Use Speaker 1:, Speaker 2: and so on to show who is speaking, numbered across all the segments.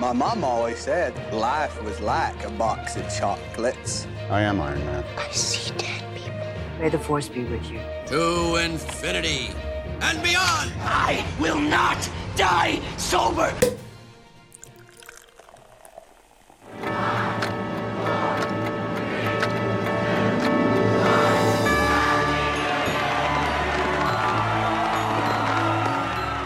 Speaker 1: My mom always said life was like a box of chocolates.
Speaker 2: I am Iron Man.
Speaker 3: I see dead people.
Speaker 4: May the force be with you.
Speaker 5: To infinity and beyond!
Speaker 6: I will not die sober!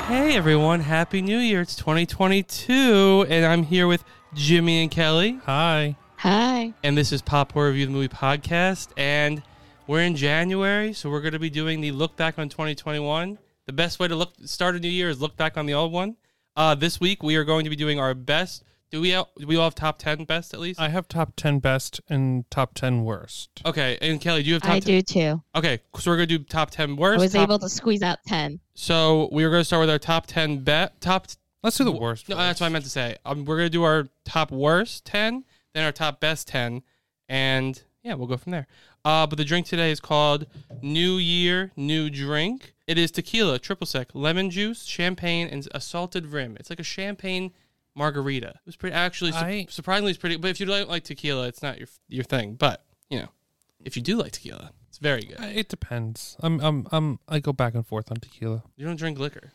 Speaker 7: Hey everyone, happy new year. It's 2022 and I'm here with Jimmy and Kelly. Hi.
Speaker 3: Hi.
Speaker 7: And this is Pop Horror Review the Movie podcast and we're in January, so we're going to be doing the look back on 2021. The best way to look start a new year is look back on the old one. Uh, this week we are going to be doing our best. Do we all, do we all have top 10 best at least?
Speaker 8: I have top 10 best and top 10 worst.
Speaker 7: okay, and Kelly, do you have top 10?
Speaker 3: I do too.
Speaker 7: Okay, so we're going to do top 10
Speaker 3: I
Speaker 7: worst.
Speaker 3: was
Speaker 7: top-
Speaker 3: able to squeeze out 10.
Speaker 7: so we are going to start with our top 10 bet top
Speaker 8: Let's do the worst.
Speaker 7: No,
Speaker 8: first.
Speaker 7: that's what I meant to say. Um, we're gonna do our top worst ten, then our top best ten, and yeah, we'll go from there. Uh, but the drink today is called New Year New Drink. It is tequila, triple sec, lemon juice, champagne, and assaulted rim. It's like a champagne margarita. It was pretty actually su-
Speaker 8: I-
Speaker 7: surprisingly it's pretty. But if you don't like tequila, it's not your your thing. But you know, if you do like tequila, it's very good.
Speaker 8: It depends. I'm, I'm, I'm, I go back and forth on tequila.
Speaker 7: You don't drink liquor.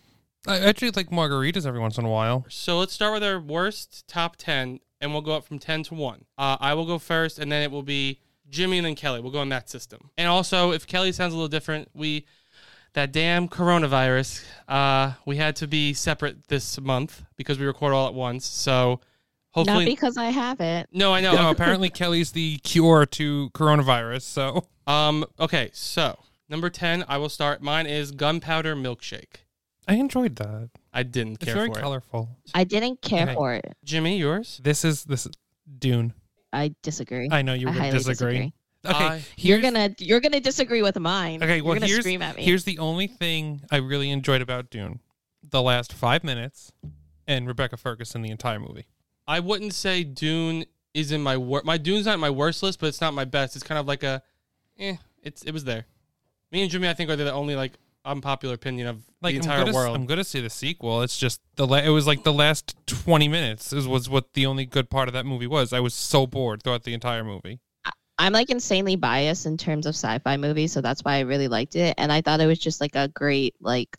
Speaker 8: I actually like margaritas every once in a while.
Speaker 7: So let's start with our worst top 10, and we'll go up from 10 to 1. Uh, I will go first, and then it will be Jimmy and then Kelly. We'll go in that system. And also, if Kelly sounds a little different, we, that damn coronavirus, uh, we had to be separate this month because we record all at once. So
Speaker 3: Not
Speaker 7: hopefully.
Speaker 3: because I have it.
Speaker 7: no, I know.
Speaker 8: No, apparently Kelly's the cure to coronavirus. So
Speaker 7: Um, okay, so number 10, I will start. Mine is Gunpowder Milkshake.
Speaker 8: I enjoyed that.
Speaker 7: I didn't
Speaker 8: It's
Speaker 7: care
Speaker 8: very
Speaker 7: for it.
Speaker 8: colorful.
Speaker 3: I didn't care
Speaker 8: Okay.
Speaker 3: for it.
Speaker 7: Jimmy, yours?
Speaker 8: This is this is Dune.
Speaker 3: I disagree.
Speaker 8: I know you
Speaker 3: I
Speaker 8: would
Speaker 3: highly
Speaker 8: disagree.
Speaker 3: disagree.
Speaker 8: Okay,
Speaker 7: I-
Speaker 3: You're
Speaker 8: here's-
Speaker 3: gonna you're gonna disagree with mine.
Speaker 8: Okay, well
Speaker 3: you're gonna
Speaker 8: here's
Speaker 3: scream at me.
Speaker 8: here's the only thing I really enjoyed about Dune: the last five minutes and Rebecca Ferguson the entire movie.
Speaker 7: I wouldn't say Dune is in my worst. My Dune's not my worst list, but it's not my best. It's kind of like a, eh, it's it was there. Me and Jimmy, I think, are the only like unpopular opinion of
Speaker 8: Like
Speaker 7: the
Speaker 8: I'm
Speaker 7: entire
Speaker 8: gonna s-
Speaker 7: world.
Speaker 8: I'm gonna see the sequel. It's just the la- it was like the last twenty minutes is was what the only good part of that movie was. I was so bored throughout the entire movie.
Speaker 3: I'm like insanely biased in terms of sci-fi movies, so that's why I really liked it. And I thought it was just like a great like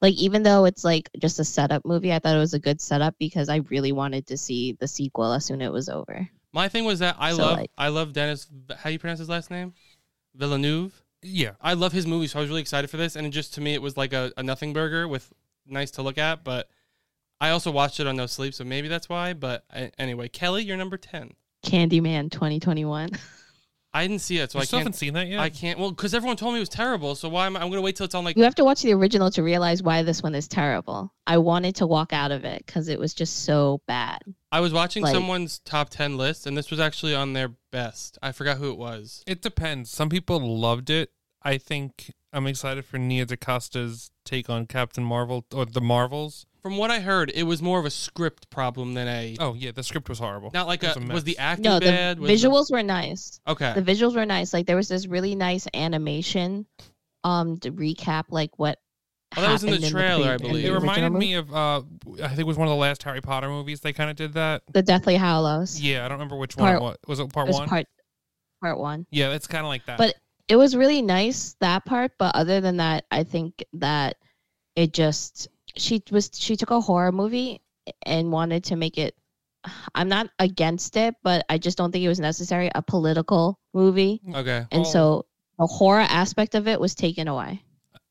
Speaker 3: like even though it's like just a setup movie, I thought it was a good setup because I really wanted to see the sequel as soon as it was over.
Speaker 7: my thing was that I
Speaker 3: So,
Speaker 7: love
Speaker 3: like-
Speaker 7: I love Dennis. How you pronounce his last name? Villeneuve.
Speaker 8: Yeah,
Speaker 7: I love his movies, so I was really excited for this. And it just to me, it was like a, a nothing burger with nice to look at. But I also watched it on no sleep, so maybe that's why. But I, anyway, Kelly, you're number ten.
Speaker 3: Candyman 2021.
Speaker 7: I didn't see it, so
Speaker 8: you
Speaker 7: I
Speaker 8: still
Speaker 7: can't.
Speaker 8: haven't seen that yet.
Speaker 7: I can't. Well, because everyone told me it was terrible, so why am I? I'm gonna wait till it's on like
Speaker 3: You have to watch the original to realize why this one is terrible. I wanted to walk out of it because it was just so bad.
Speaker 7: I was watching
Speaker 3: Like-
Speaker 7: someone's top 10 list, and this was actually on their best. I forgot who it was.
Speaker 8: It depends. Some people loved it. I think I'm excited for Nia DaCosta's take on Captain Marvel or the Marvels.
Speaker 7: From what I heard, it was more of a script problem than a.
Speaker 8: Oh yeah, the script was horrible.
Speaker 7: not like
Speaker 8: It
Speaker 7: a.
Speaker 8: mess.
Speaker 7: was the acting
Speaker 3: No, the
Speaker 7: bad? Was the-
Speaker 3: visuals were nice.
Speaker 7: okay.
Speaker 3: The visuals were nice. Like there was this really nice animation um to recap like what
Speaker 7: Oh, that was in the
Speaker 3: happened
Speaker 7: trailer, I
Speaker 3: pre- in
Speaker 7: believe.
Speaker 8: it
Speaker 3: original
Speaker 8: reminded
Speaker 3: movie.
Speaker 8: me of uh, I think it was one of the last Harry Potter movies. They kind of did that.
Speaker 3: the Deathly Hallows.
Speaker 8: Yeah, I don't remember which
Speaker 3: Part-
Speaker 8: one it was. Was it
Speaker 3: It
Speaker 8: part
Speaker 3: was
Speaker 8: one?
Speaker 3: part part one.
Speaker 8: yeah, it's kind of like that.
Speaker 3: But It was really nice that part, but other than that, I think that it just she was she took a horror movie and wanted to make it. I'm not against it, but I just don't think it was necessary a political movie,
Speaker 7: okay.
Speaker 3: and
Speaker 8: Well-
Speaker 3: so the horror aspect of it was taken away.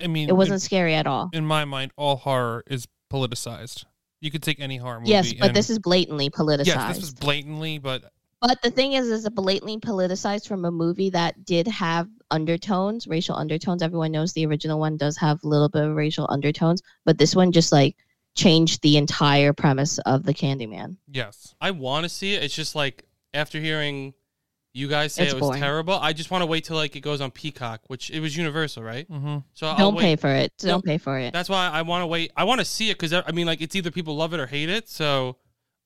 Speaker 8: I mean,
Speaker 3: It wasn't scary at all.
Speaker 8: In, in my mind, all horror is politicized. You could take any horror movie.
Speaker 3: Yes, but
Speaker 8: and-
Speaker 3: this is blatantly politicized.
Speaker 8: yes, this is blatantly. But
Speaker 3: But the thing is, is it blatantly politicized from a movie that did have undertones, racial undertones. Everyone knows the original one does have a little bit of racial undertones, but this one just like changed the entire premise of the Candyman.
Speaker 8: yes,
Speaker 7: I want to see it. It's just like, after hearing you guys say
Speaker 3: It's
Speaker 7: it was
Speaker 3: boring.
Speaker 7: terrible, I just want to wait till like it goes on Peacock, which it was Universal, right?
Speaker 8: mm-hmm.
Speaker 7: So I'll
Speaker 3: Don't
Speaker 7: Oh, wait.
Speaker 3: pay for it.
Speaker 7: No,
Speaker 3: Don't pay for it.
Speaker 7: That's why I want to wait. I want to see it because I mean, like, it's either people love it or hate it. So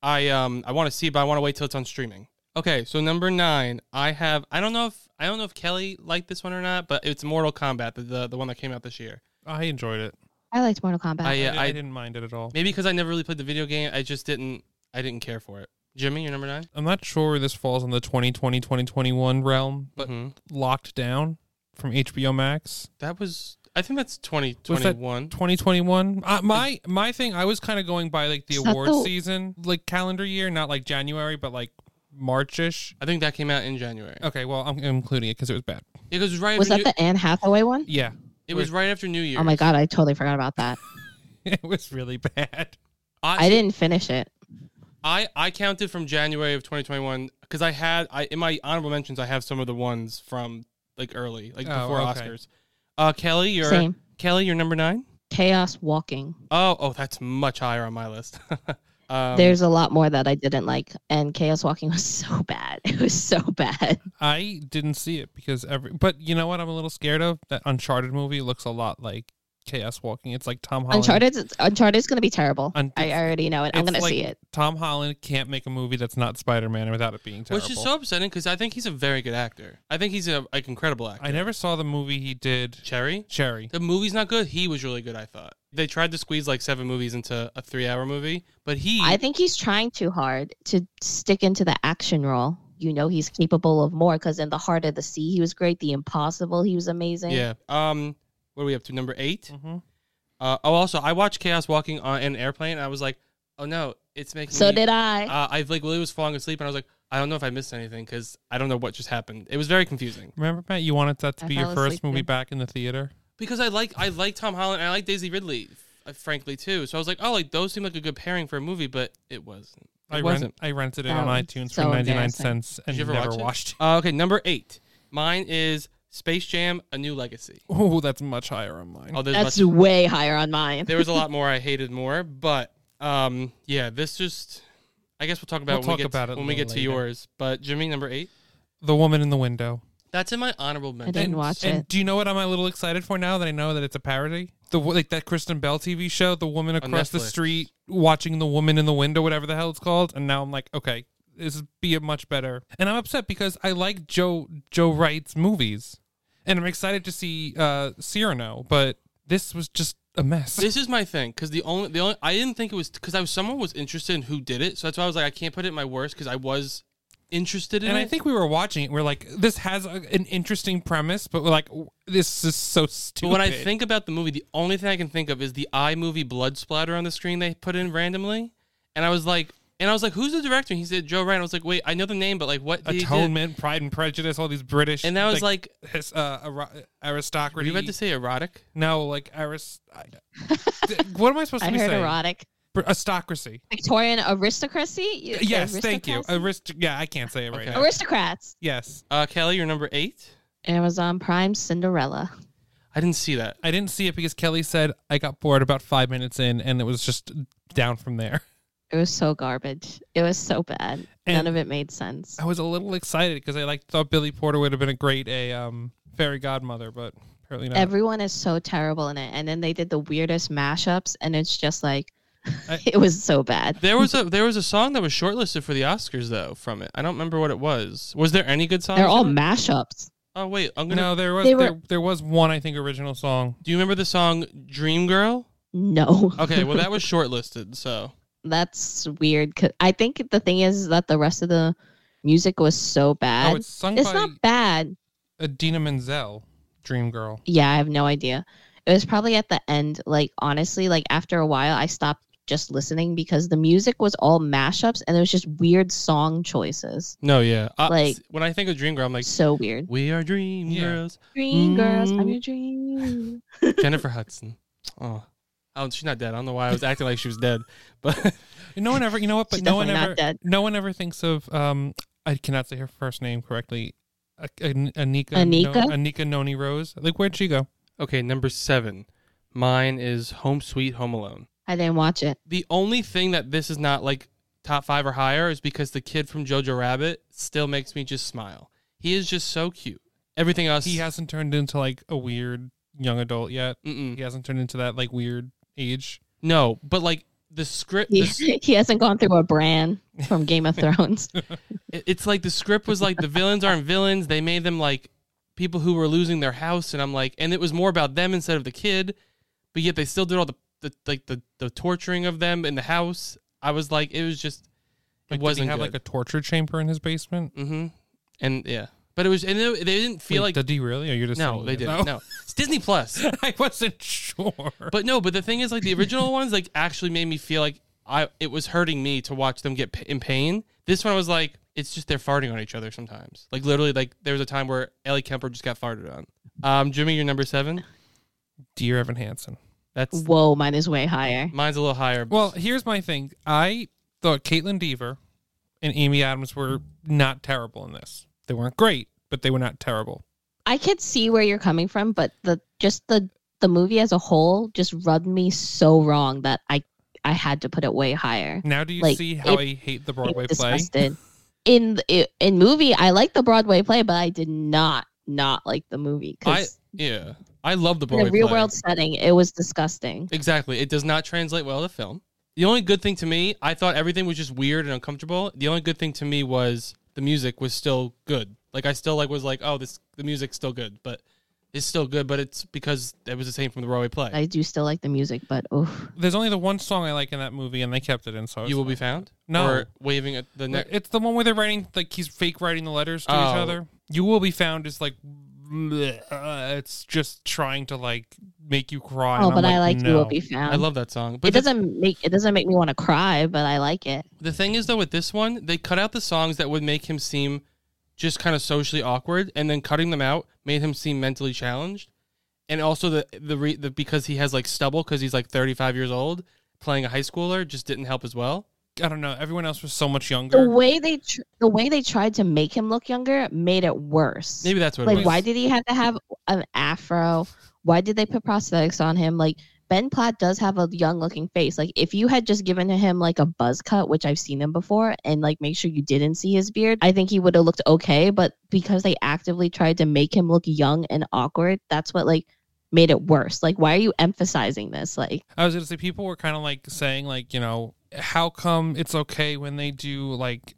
Speaker 7: I um I want to see, it, but I want to wait till it's on streaming. Okay, so number nine, I have. I don't know if I don't know if Kelly liked this one or not, but it's Mortal Kombat, the the, the one that came out this year.
Speaker 8: I enjoyed it.
Speaker 3: I liked Mortal Kombat.
Speaker 7: I,
Speaker 8: I,
Speaker 7: uh,
Speaker 8: I,
Speaker 7: I
Speaker 8: didn't mind it at all.
Speaker 7: maybe because I never really played the video game, I just didn't. I I didn't care for it. Jimmy, your number nine?
Speaker 8: I'm not sure this falls in the 2020 2021 realm, but
Speaker 7: Mhm.
Speaker 8: Locked Down from HBO Max.
Speaker 7: That was, I think that's
Speaker 8: Was that
Speaker 7: 2021.
Speaker 8: 2021. Uh, my my thing, I was kind of going by like the
Speaker 3: It's not
Speaker 8: award
Speaker 3: the-
Speaker 8: season, like calendar year, not like January, but like Marchish.
Speaker 7: I think that came out in January.
Speaker 8: Okay, well, I'm, I'm including it because it was bad.
Speaker 7: It was right
Speaker 3: Was
Speaker 7: after
Speaker 3: that
Speaker 7: New-
Speaker 3: the Anne Hathaway one?
Speaker 8: Yeah,
Speaker 7: It was right after New Year's.
Speaker 3: Oh my god, I totally forgot about that.
Speaker 8: it was really bad.
Speaker 3: I didn't finish it.
Speaker 7: I, I counted from January of 2021 because I had I in my honorable mentions I have some of the ones from like early like
Speaker 8: Oh,
Speaker 7: before
Speaker 8: okay.
Speaker 7: Oscars. Uh, Kelly, your
Speaker 3: Same.
Speaker 7: Kelly, your number nine.
Speaker 3: Chaos Walking.
Speaker 7: Oh, oh, that's much higher on my list. um,
Speaker 3: There's a lot more that I didn't like, and Chaos Walking was so bad. It was so bad.
Speaker 8: I didn't see it because every. But you know what? I'm a little scared of that Uncharted movie. Looks a lot like Chaos Walking. It's like Tom Holland.
Speaker 3: Uncharted. Uncharted is gonna be terrible.
Speaker 8: Un-
Speaker 3: I already know it. I'm
Speaker 8: It's
Speaker 3: gonna
Speaker 8: like
Speaker 3: see it.
Speaker 8: Tom Holland can't make a movie that's not Spider Man without it being terrible.
Speaker 7: which is so upsetting because I think he's a very good actor. I think he's a like incredible actor.
Speaker 8: I never saw the movie he did
Speaker 7: Cherry,
Speaker 8: Cherry.
Speaker 7: the movie's not good. He was really good. I thought they tried to squeeze like seven movies into a three-hour movie, but
Speaker 8: E.
Speaker 7: he
Speaker 3: I think he's trying too hard to stick into the action role. You know he's capable of more because in the Heart of the Sea he was great. The Impossible he was amazing.
Speaker 7: yeah. Um, what are we up to? Number 8
Speaker 8: Mhm.
Speaker 7: Uh, oh, also, I watched Chaos Walking on an airplane, and I was like, oh no, it's making.
Speaker 3: So
Speaker 7: me-
Speaker 3: did I.
Speaker 7: Uh, I like Willie was falling asleep, and I was like, I don't know if I missed anything because I don't know what just happened. It was very confusing
Speaker 8: Remember, Matt, you wanted that to
Speaker 3: I
Speaker 8: be your
Speaker 3: fell
Speaker 8: first
Speaker 3: asleep
Speaker 8: movie
Speaker 3: too.
Speaker 8: back in the theater.
Speaker 7: because I like I like Tom Holland, and I like Daisy Ridley, f- uh, frankly too. So I was like, oh, like those seem like a good pairing for a movie, but it wasn't. It
Speaker 8: I,
Speaker 7: wasn't.
Speaker 8: rent, I rented it
Speaker 3: That
Speaker 8: on
Speaker 3: was
Speaker 8: iTunes
Speaker 3: so
Speaker 8: for 99
Speaker 3: embarrassing.
Speaker 8: cents
Speaker 7: Did
Speaker 8: and
Speaker 7: you ever
Speaker 8: never
Speaker 7: watch it?
Speaker 8: watched it.
Speaker 7: Uh, okay, number eight. Mine is Space Jam: A New Legacy.
Speaker 8: Oh, that's much higher on mine.
Speaker 7: Oh, there's
Speaker 3: That's
Speaker 7: much-
Speaker 3: way higher on mine.
Speaker 7: there was a lot more I hated more, but um, yeah, this just. I guess we'll talk about when
Speaker 8: We'll talk
Speaker 7: we get
Speaker 8: about
Speaker 7: to,
Speaker 8: it
Speaker 7: when we get to
Speaker 8: later.
Speaker 7: yours. But Jimmy, number eight.
Speaker 8: The Woman in the Window.
Speaker 7: That's in my honorable mention.
Speaker 3: didn't watch
Speaker 8: and
Speaker 3: it.
Speaker 8: do you know what I'm a little excited for now that I know that it's a parody? The wo- like that Kristen Bell TV show, The Woman
Speaker 7: On
Speaker 8: Across the
Speaker 7: Netflix.
Speaker 8: Street, watching The Woman in the Window, whatever the hell it's called, and now I'm like, okay, this is be it much better. And I'm upset because I like Joe Joe Wright's movies, and I'm excited to see uh Cyrano, but this was just a mess.
Speaker 7: This is my thing because the only the only I didn't think it was because I was someone was interested in who did it, so that's why I was like I can't put it in my worst because I was interested in
Speaker 8: and
Speaker 7: it.
Speaker 8: I think we were watching it. We're like, this has a, an interesting premise, but we're like, w- this is so stupid.
Speaker 7: but when I think about the movie, the only thing I can think of is the iMovie blood splatter on the screen they put in randomly, and I was like, and I was like, who's the director? And he said Joe Ryan. I was like, wait, I know the name, but like what? did he do?
Speaker 8: Atonement, Pride and Prejudice, all these British,
Speaker 7: And that was like,
Speaker 8: his, uh, ara-
Speaker 7: were
Speaker 8: aristocracy.
Speaker 7: you about to say erotic?
Speaker 8: no, like arist. I- Th- what am I supposed
Speaker 3: I
Speaker 8: to be
Speaker 3: heard
Speaker 8: saying?
Speaker 3: erotic.
Speaker 8: Br- aristocracy.
Speaker 3: Victorian aristocracy? You-
Speaker 8: Yes, thank you.
Speaker 3: aristocracy?
Speaker 8: Arist. Yeah, I can't say it right
Speaker 7: Okay.
Speaker 8: now.
Speaker 3: Aristocrats.
Speaker 8: Yes,
Speaker 7: Uh, Kelly, you're number eight.
Speaker 3: Amazon Prime Cinderella.
Speaker 7: I didn't see that.
Speaker 8: I didn't see it because Kelly said I got bored about five minutes in, and it was just down from there.
Speaker 3: It was so garbage. It was so bad. None
Speaker 8: And-
Speaker 3: of it made sense.
Speaker 8: I was a little excited because I like thought Billy Porter would have been a great a um, fairy godmother, but apparently not.
Speaker 3: Everyone is so terrible in it. And then they did the weirdest mashups, and it's just like,
Speaker 8: I-
Speaker 3: it was so bad.
Speaker 7: There was a there was a song that was shortlisted for the Oscars though from it. I don't remember what it was. Was there any good songs?
Speaker 3: They're all
Speaker 7: in it?
Speaker 3: mashups.
Speaker 7: Oh wait, I'm gonna.
Speaker 8: no, there was
Speaker 3: They were-
Speaker 8: there, there was one I think original song.
Speaker 7: Do you remember the song Dream Girl?
Speaker 3: No.
Speaker 7: Okay, well that was shortlisted, so
Speaker 3: That's weird. 'cause I think the thing is that the rest of the music was so bad.
Speaker 8: Oh, it's sung
Speaker 3: it's
Speaker 8: by
Speaker 3: not bad.
Speaker 8: Adina Menzel, Dream Girl.
Speaker 3: Yeah, I have no idea. It was probably at the end. Like honestly, like after a while, I stopped just listening because the music was all mashups and there was just weird song choices.
Speaker 7: no, yeah. Uh,
Speaker 3: Like-
Speaker 7: s- when I think of Dream Girl, I'm like,
Speaker 3: so weird.
Speaker 7: we are dream
Speaker 8: Yeah.
Speaker 7: girls.
Speaker 3: Dream girls,
Speaker 7: Mm.
Speaker 3: I'm your dream.
Speaker 7: Jennifer Hudson. Oh. oh, she's not dead. I don't know why I was acting like she was dead, but
Speaker 8: No one ever, you know what? But
Speaker 3: She's
Speaker 8: no one
Speaker 3: definitely not
Speaker 8: ever,
Speaker 3: dead.
Speaker 8: no one ever thinks of. Um, I cannot say her first name correctly. A- A- Anika,
Speaker 3: Anika?
Speaker 8: No- Anika Noni Rose. Like, where'd she go?
Speaker 7: okay. Number seven, mine is Home Sweet Home Alone.
Speaker 3: I didn't watch it.
Speaker 7: The only thing that this is not like top five or higher is because the kid from Jojo Rabbit still makes me just smile. He is just so cute. Everything else,
Speaker 8: He hasn't turned into like a weird young adult yet.
Speaker 7: Mm-mm.
Speaker 8: He hasn't turned into that like weird age.
Speaker 7: No, but like the script, the
Speaker 3: He,
Speaker 7: s-
Speaker 3: he hasn't gone through a brand from Game of Thrones.
Speaker 7: it- it's like the script was like the villains aren't villains. They made them like people who were losing their house, and I'm like, and it was more about them instead of the kid, but yet they still did all the, the like the the torturing of them in the house. I was like, it was just It
Speaker 8: Like, did
Speaker 7: wasn't
Speaker 8: he have
Speaker 7: good.
Speaker 8: like a torture chamber in his basement?
Speaker 7: mm-hmm. And yeah, but it was and they, they didn't feel
Speaker 8: Wait,
Speaker 7: like
Speaker 8: did he really? Or you're just
Speaker 7: no,
Speaker 8: saying
Speaker 7: they
Speaker 8: yes?
Speaker 7: didn't. No, it's Disney Plus.
Speaker 8: I wasn't sure.
Speaker 7: But no, but the thing is, like the original ones, like actually made me feel like I it was hurting me to watch them get p- in pain. This one was like it's just they're farting on each other sometimes. Like literally, like there was a time where Ellie Kemper just got farted on. Um, Jimmy, you're number seven.
Speaker 8: Dear Evan Hansen.
Speaker 7: That's
Speaker 3: Whoa, mine is way higher.
Speaker 7: mine's a little higher.
Speaker 8: Well, here's my thing. I thought Caitlin Deaver and Amy Adams were not terrible in this. They weren't great, but they were not terrible.
Speaker 3: I could see where you're coming from, but the just the the movie as a whole just rubbed me so wrong that I I had to put it way higher.
Speaker 8: Now do you
Speaker 3: Like,
Speaker 8: see how
Speaker 3: it-
Speaker 8: I hate the
Speaker 3: I'm
Speaker 8: Broadway play?
Speaker 3: disgusted. In the- in movie, I like the Broadway play, but I did not not like the movie
Speaker 7: I
Speaker 3: because
Speaker 7: yeah, I love the
Speaker 3: in
Speaker 7: Broadway
Speaker 3: the real
Speaker 7: play.
Speaker 3: world setting, it was disgusting.
Speaker 7: Exactly, it does not translate well to film. The only good thing to me, I thought everything was just weird and uncomfortable. The only good thing to me was the music was still good. Like I still like was like, oh, this the music's still good, but it's still good, but it's because it was the same from the Broadway play.
Speaker 3: I do still like the music, but oh,
Speaker 8: There's only the one song I like in that movie, and they kept it in. So it's
Speaker 7: you will
Speaker 8: fine.
Speaker 7: be found.
Speaker 8: No.
Speaker 7: or waving at the neck.
Speaker 8: It's the one where they're writing like he's fake writing the letters to each
Speaker 7: Oh.
Speaker 8: other. You will be found is like bleh, uh, it's just trying to like make you cry.
Speaker 3: oh
Speaker 8: and I'm
Speaker 3: but I like
Speaker 8: no.
Speaker 3: you will be found.
Speaker 7: I love that song,
Speaker 3: it.
Speaker 7: but the,
Speaker 3: Doesn't make it doesn't make me want to cry, but I like it.
Speaker 7: the thing is though, with this one, they cut out the songs that would make him seem just kind of socially awkward, and then cutting them out made him seem mentally challenged, and also the the, re, the because he has like stubble because he's like thirty five years old playing a high schooler just didn't help as well.
Speaker 8: I don't know. Everyone else was so much
Speaker 3: The
Speaker 8: younger.
Speaker 3: way they tr- the way they tried to make him look younger made it worse.
Speaker 7: Maybe that's what it
Speaker 3: like
Speaker 7: was.
Speaker 3: why did he have to have an afro why did they put prosthetics on him like ben platt does have a young looking face like if you had just given him like a buzz cut which i've seen him before and like make sure you didn't see his beard i think he would have looked okay but because they actively tried to make him look young and awkward that's what like made it worse like why are you emphasizing this like
Speaker 8: I was gonna say people were kind of like saying like you know how come it's okay when they do like.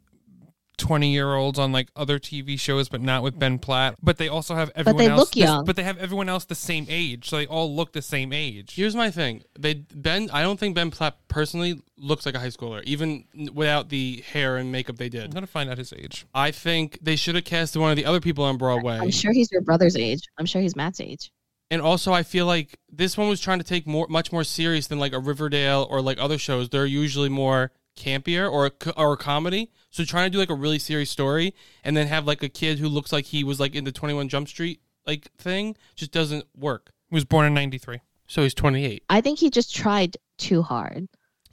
Speaker 8: 20 year olds on like other TV shows, but not with Ben Platt. But they also have everyone
Speaker 3: they
Speaker 8: else.
Speaker 3: look
Speaker 8: this-
Speaker 3: young.
Speaker 8: But they have everyone else the same age. So they all look the same age.
Speaker 7: Here's my thing. They Ben, I don't think Ben Platt personally looks like a high schooler, even without the hair and makeup they
Speaker 8: I'm
Speaker 7: did.
Speaker 8: going to find out his age.
Speaker 7: I think they should have cast one of the other people on Broadway.
Speaker 3: i'm sure he's your brother's age i'm sure he's matt's age
Speaker 7: And also, I feel like this one was trying to take more, much more serious than like a Riverdale or like other shows. They're usually more campier or a, co- or a comedy. So trying to do like a really serious story and then have like a kid who looks like he was like in the Twenty One Jump Street like thing just doesn't work.
Speaker 8: He was born in 93.
Speaker 7: So he's twenty eight.
Speaker 3: i think he just tried too hard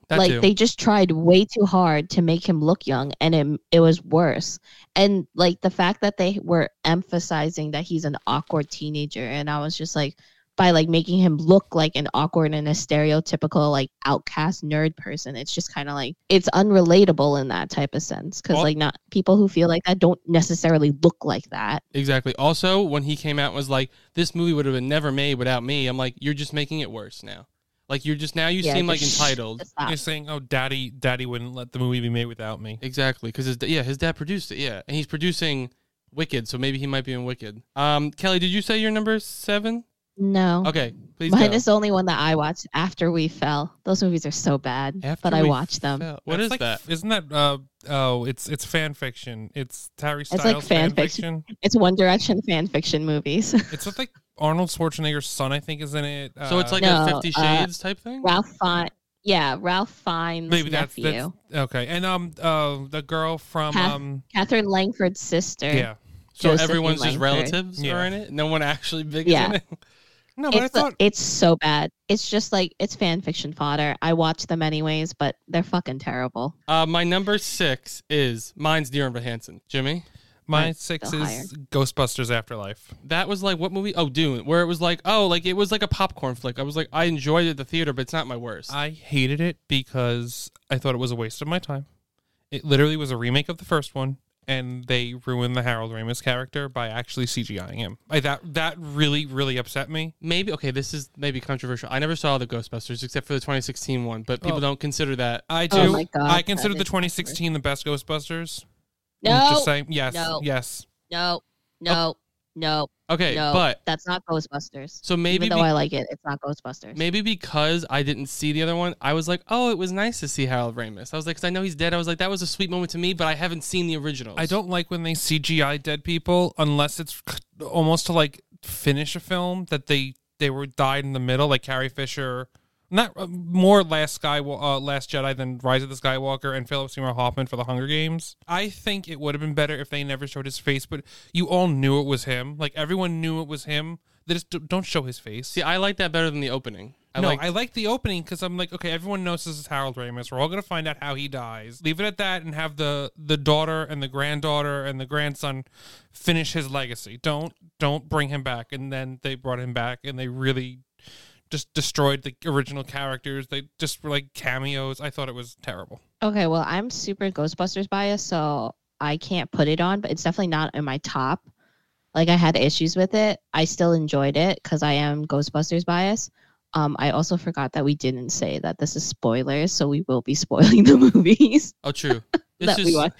Speaker 7: That
Speaker 3: like
Speaker 7: too.
Speaker 3: they just tried way too hard to make him look young and it, it was worse and like the fact that they were emphasizing that he's an awkward teenager and i was just like by like making him look like an awkward and a stereotypical like outcast nerd person it's just kind of like it's unrelatable in that type of sense because
Speaker 7: Well-
Speaker 3: like not people who feel like that don't necessarily look like that
Speaker 7: Exactly. Also, when he came out and was like, "This movie would have been never made without me," I'm like, "You're just making it worse now. Like you're just now you
Speaker 3: Yeah,
Speaker 7: seem like
Speaker 3: just-
Speaker 7: entitled."
Speaker 3: just stop.
Speaker 8: You're saying, "Oh, daddy, daddy wouldn't let the movie be made without me."
Speaker 7: Exactly, because his da- yeah his dad produced it yeah, and he's producing Wicked, so maybe he might be in Wicked. Um, Kelly, did you say your number seven?
Speaker 3: no
Speaker 7: Okay, please.
Speaker 3: Mine
Speaker 7: go.
Speaker 3: is the only one that I watched after we fell. Those movies are so bad, but I
Speaker 7: We
Speaker 3: watched them.
Speaker 7: Fell. What
Speaker 8: That's
Speaker 7: is
Speaker 8: like,
Speaker 7: that?
Speaker 8: Isn't that? Uh, oh, it's it's fan fiction. It's Harry
Speaker 3: like
Speaker 8: Styles
Speaker 3: fan fiction. It's One Direction fan fiction movies.
Speaker 8: It's with like Arnold Schwarzenegger's son, I think, is in it.
Speaker 7: so it's like
Speaker 3: No,
Speaker 7: a Fifty
Speaker 3: uh,
Speaker 7: Shades type thing.
Speaker 3: Ralph Fine, yeah, Ralph Fiennes'
Speaker 8: maybe that's,
Speaker 3: nephew,
Speaker 8: that's okay. And um, uh, the girl from
Speaker 3: Half-
Speaker 8: um,
Speaker 3: Catherine Langford's sister.
Speaker 8: yeah.
Speaker 7: so
Speaker 3: Josephine
Speaker 7: everyone's just
Speaker 3: Langford.
Speaker 7: relatives
Speaker 8: Yeah.
Speaker 7: are in it. No one actually big is
Speaker 3: Yeah.
Speaker 7: in it.
Speaker 8: No, but
Speaker 3: It's,
Speaker 8: I
Speaker 3: the-
Speaker 8: thought
Speaker 3: it's so bad. It's just like it's fan fiction fodder. I watch them anyways, but they're fucking terrible.
Speaker 7: Uh, my number six is mine's Dear Evan Hansen. Jimmy.
Speaker 8: my
Speaker 3: mine's
Speaker 8: six
Speaker 3: still
Speaker 8: is
Speaker 3: higher.
Speaker 8: Ghostbusters Afterlife.
Speaker 7: That was like what movie? Oh, Dune, where it was like, oh, like it was like a popcorn flick. I was like, I enjoyed it at the theater, but it's not my worst.
Speaker 8: I hated it because I thought it was a waste of my time. It literally was a remake of the first one, and they ruined the Harold Ramis character by actually CGIing him. I, that that really really upset me.
Speaker 7: maybe okay, this is maybe controversial. I never saw the Ghostbusters except for the 2016 one, but people
Speaker 8: Oh.
Speaker 7: don't consider that.
Speaker 8: I do.
Speaker 3: Oh my God,
Speaker 8: I consider
Speaker 3: that
Speaker 8: the
Speaker 3: is
Speaker 8: 2016 the best Ghostbusters. I'm
Speaker 3: No,
Speaker 8: just saying yes,
Speaker 3: No.
Speaker 8: yes.
Speaker 3: no, no, No,
Speaker 7: Uh, Okay,
Speaker 3: no,
Speaker 7: but
Speaker 3: that's not Ghostbusters.
Speaker 7: so maybe
Speaker 3: Even though
Speaker 7: be-
Speaker 3: I like it, it's not Ghostbusters.
Speaker 7: maybe because I didn't see the other one, I was like, oh, it was nice to see Harold Ramis. I was like, 'cause I know he's dead. I was like, that was a sweet moment to me, but I haven't seen the original.
Speaker 8: I don't like when they CGI dead people unless it's c- almost to like finish a film that they they were died in the middle, like Carrie Fisher. Not uh, more Last Sky, uh, Last Jedi than Rise of the Skywalker and Philip Seymour Hoffman for the Hunger Games. I think it would have been better if they never showed his face, but you all knew it was him. Like everyone knew it was him. They just d- don't show his face.
Speaker 7: see. I like that better than the opening. I
Speaker 8: no,
Speaker 7: like.
Speaker 8: I like the opening because I'm like, okay, everyone knows this is Harold Ramis. We're all gonna find out how he dies. Leave it at that, and have the the daughter and the granddaughter and the grandson finish his legacy. Don't don't bring him back. And then they brought him back, and they really just destroyed the original characters. They just were like cameos. I thought it was terrible.
Speaker 3: Okay, well, I'm super Ghostbusters biased, so I can't put it on, but it's definitely not in my top. Like I had issues with it. I still enjoyed it because I am Ghostbusters biased. Um, I also forgot that we didn't say that this is spoilers, so we will be spoiling the movies
Speaker 7: oh, true. This
Speaker 3: that we
Speaker 7: is,
Speaker 3: watch.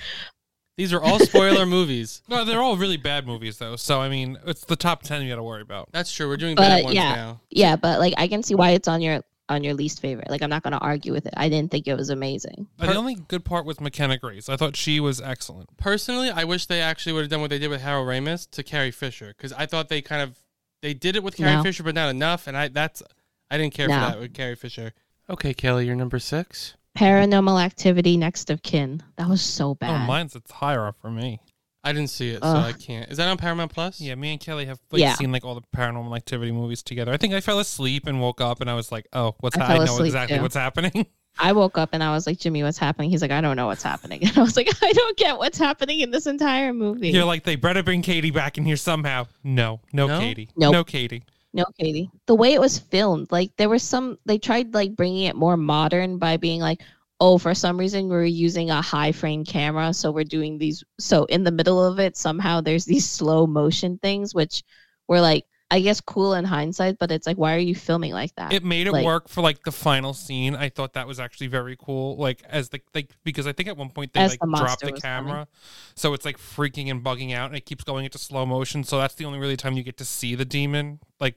Speaker 7: these are all spoiler movies.
Speaker 8: No, they're all really bad movies though. So I mean, it's the top ten you got to worry about.
Speaker 7: That's true. We're doing
Speaker 3: But,
Speaker 7: bad ones
Speaker 3: yeah.
Speaker 7: now.
Speaker 3: Yeah, but like I can see why it's on your on your least favorite. Like I'm not gonna argue with it. I didn't think it was amazing.
Speaker 8: But the only good part was McKenna Grace. I thought she was excellent.
Speaker 7: Personally, I wish they actually would have done what they did with Harold Ramis to Carrie Fisher because I thought they kind of they did it with Carrie
Speaker 3: No.
Speaker 7: Fisher, but not enough. And I that's I didn't care
Speaker 3: No.
Speaker 7: for that with Carrie Fisher. Okay, Kelly, you're number six.
Speaker 3: Paranormal Activity: Next of Kin. That was so bad.
Speaker 8: Oh, mine's it's higher up for me.
Speaker 7: I didn't see it,
Speaker 3: Ugh.
Speaker 7: so I can't. Is that on Paramount Plus?
Speaker 8: Yeah, me and Kelly have like
Speaker 3: Yeah.
Speaker 8: seen like all the paranormal activity movies together. I think I fell asleep and woke up and I was like, "Oh, what's
Speaker 3: I
Speaker 8: I,
Speaker 3: fell
Speaker 8: I know
Speaker 3: asleep,
Speaker 8: exactly
Speaker 3: too.
Speaker 8: what's happening."
Speaker 3: I woke up and I was like, Jimmy, what's happening? He's like, I don't know what's happening. And I was like, I don't get what's happening in this entire movie.
Speaker 8: You're like, "They better bring Katie back in here somehow." No, no,
Speaker 7: No?
Speaker 8: Katie,
Speaker 3: Nope.
Speaker 8: no Katie.
Speaker 3: no, Katie. The way it was filmed, like there was some, they tried like bringing it more modern by being like, oh, for some reason we're using a high frame camera. So we're doing these. So in the middle of it, somehow there's these slow motion things, which were like, I guess cool in hindsight, but it's like, why are you filming like that?
Speaker 8: It made it
Speaker 3: like-
Speaker 8: work for like the final scene. I thought that was actually very cool. Like as the like because I think at one point they
Speaker 3: As
Speaker 8: like
Speaker 3: the
Speaker 8: dropped
Speaker 3: monster
Speaker 8: the
Speaker 3: was
Speaker 8: camera, so it's like freaking and bugging out, and it keeps going into slow motion. So that's the only really time you get to see the demon, like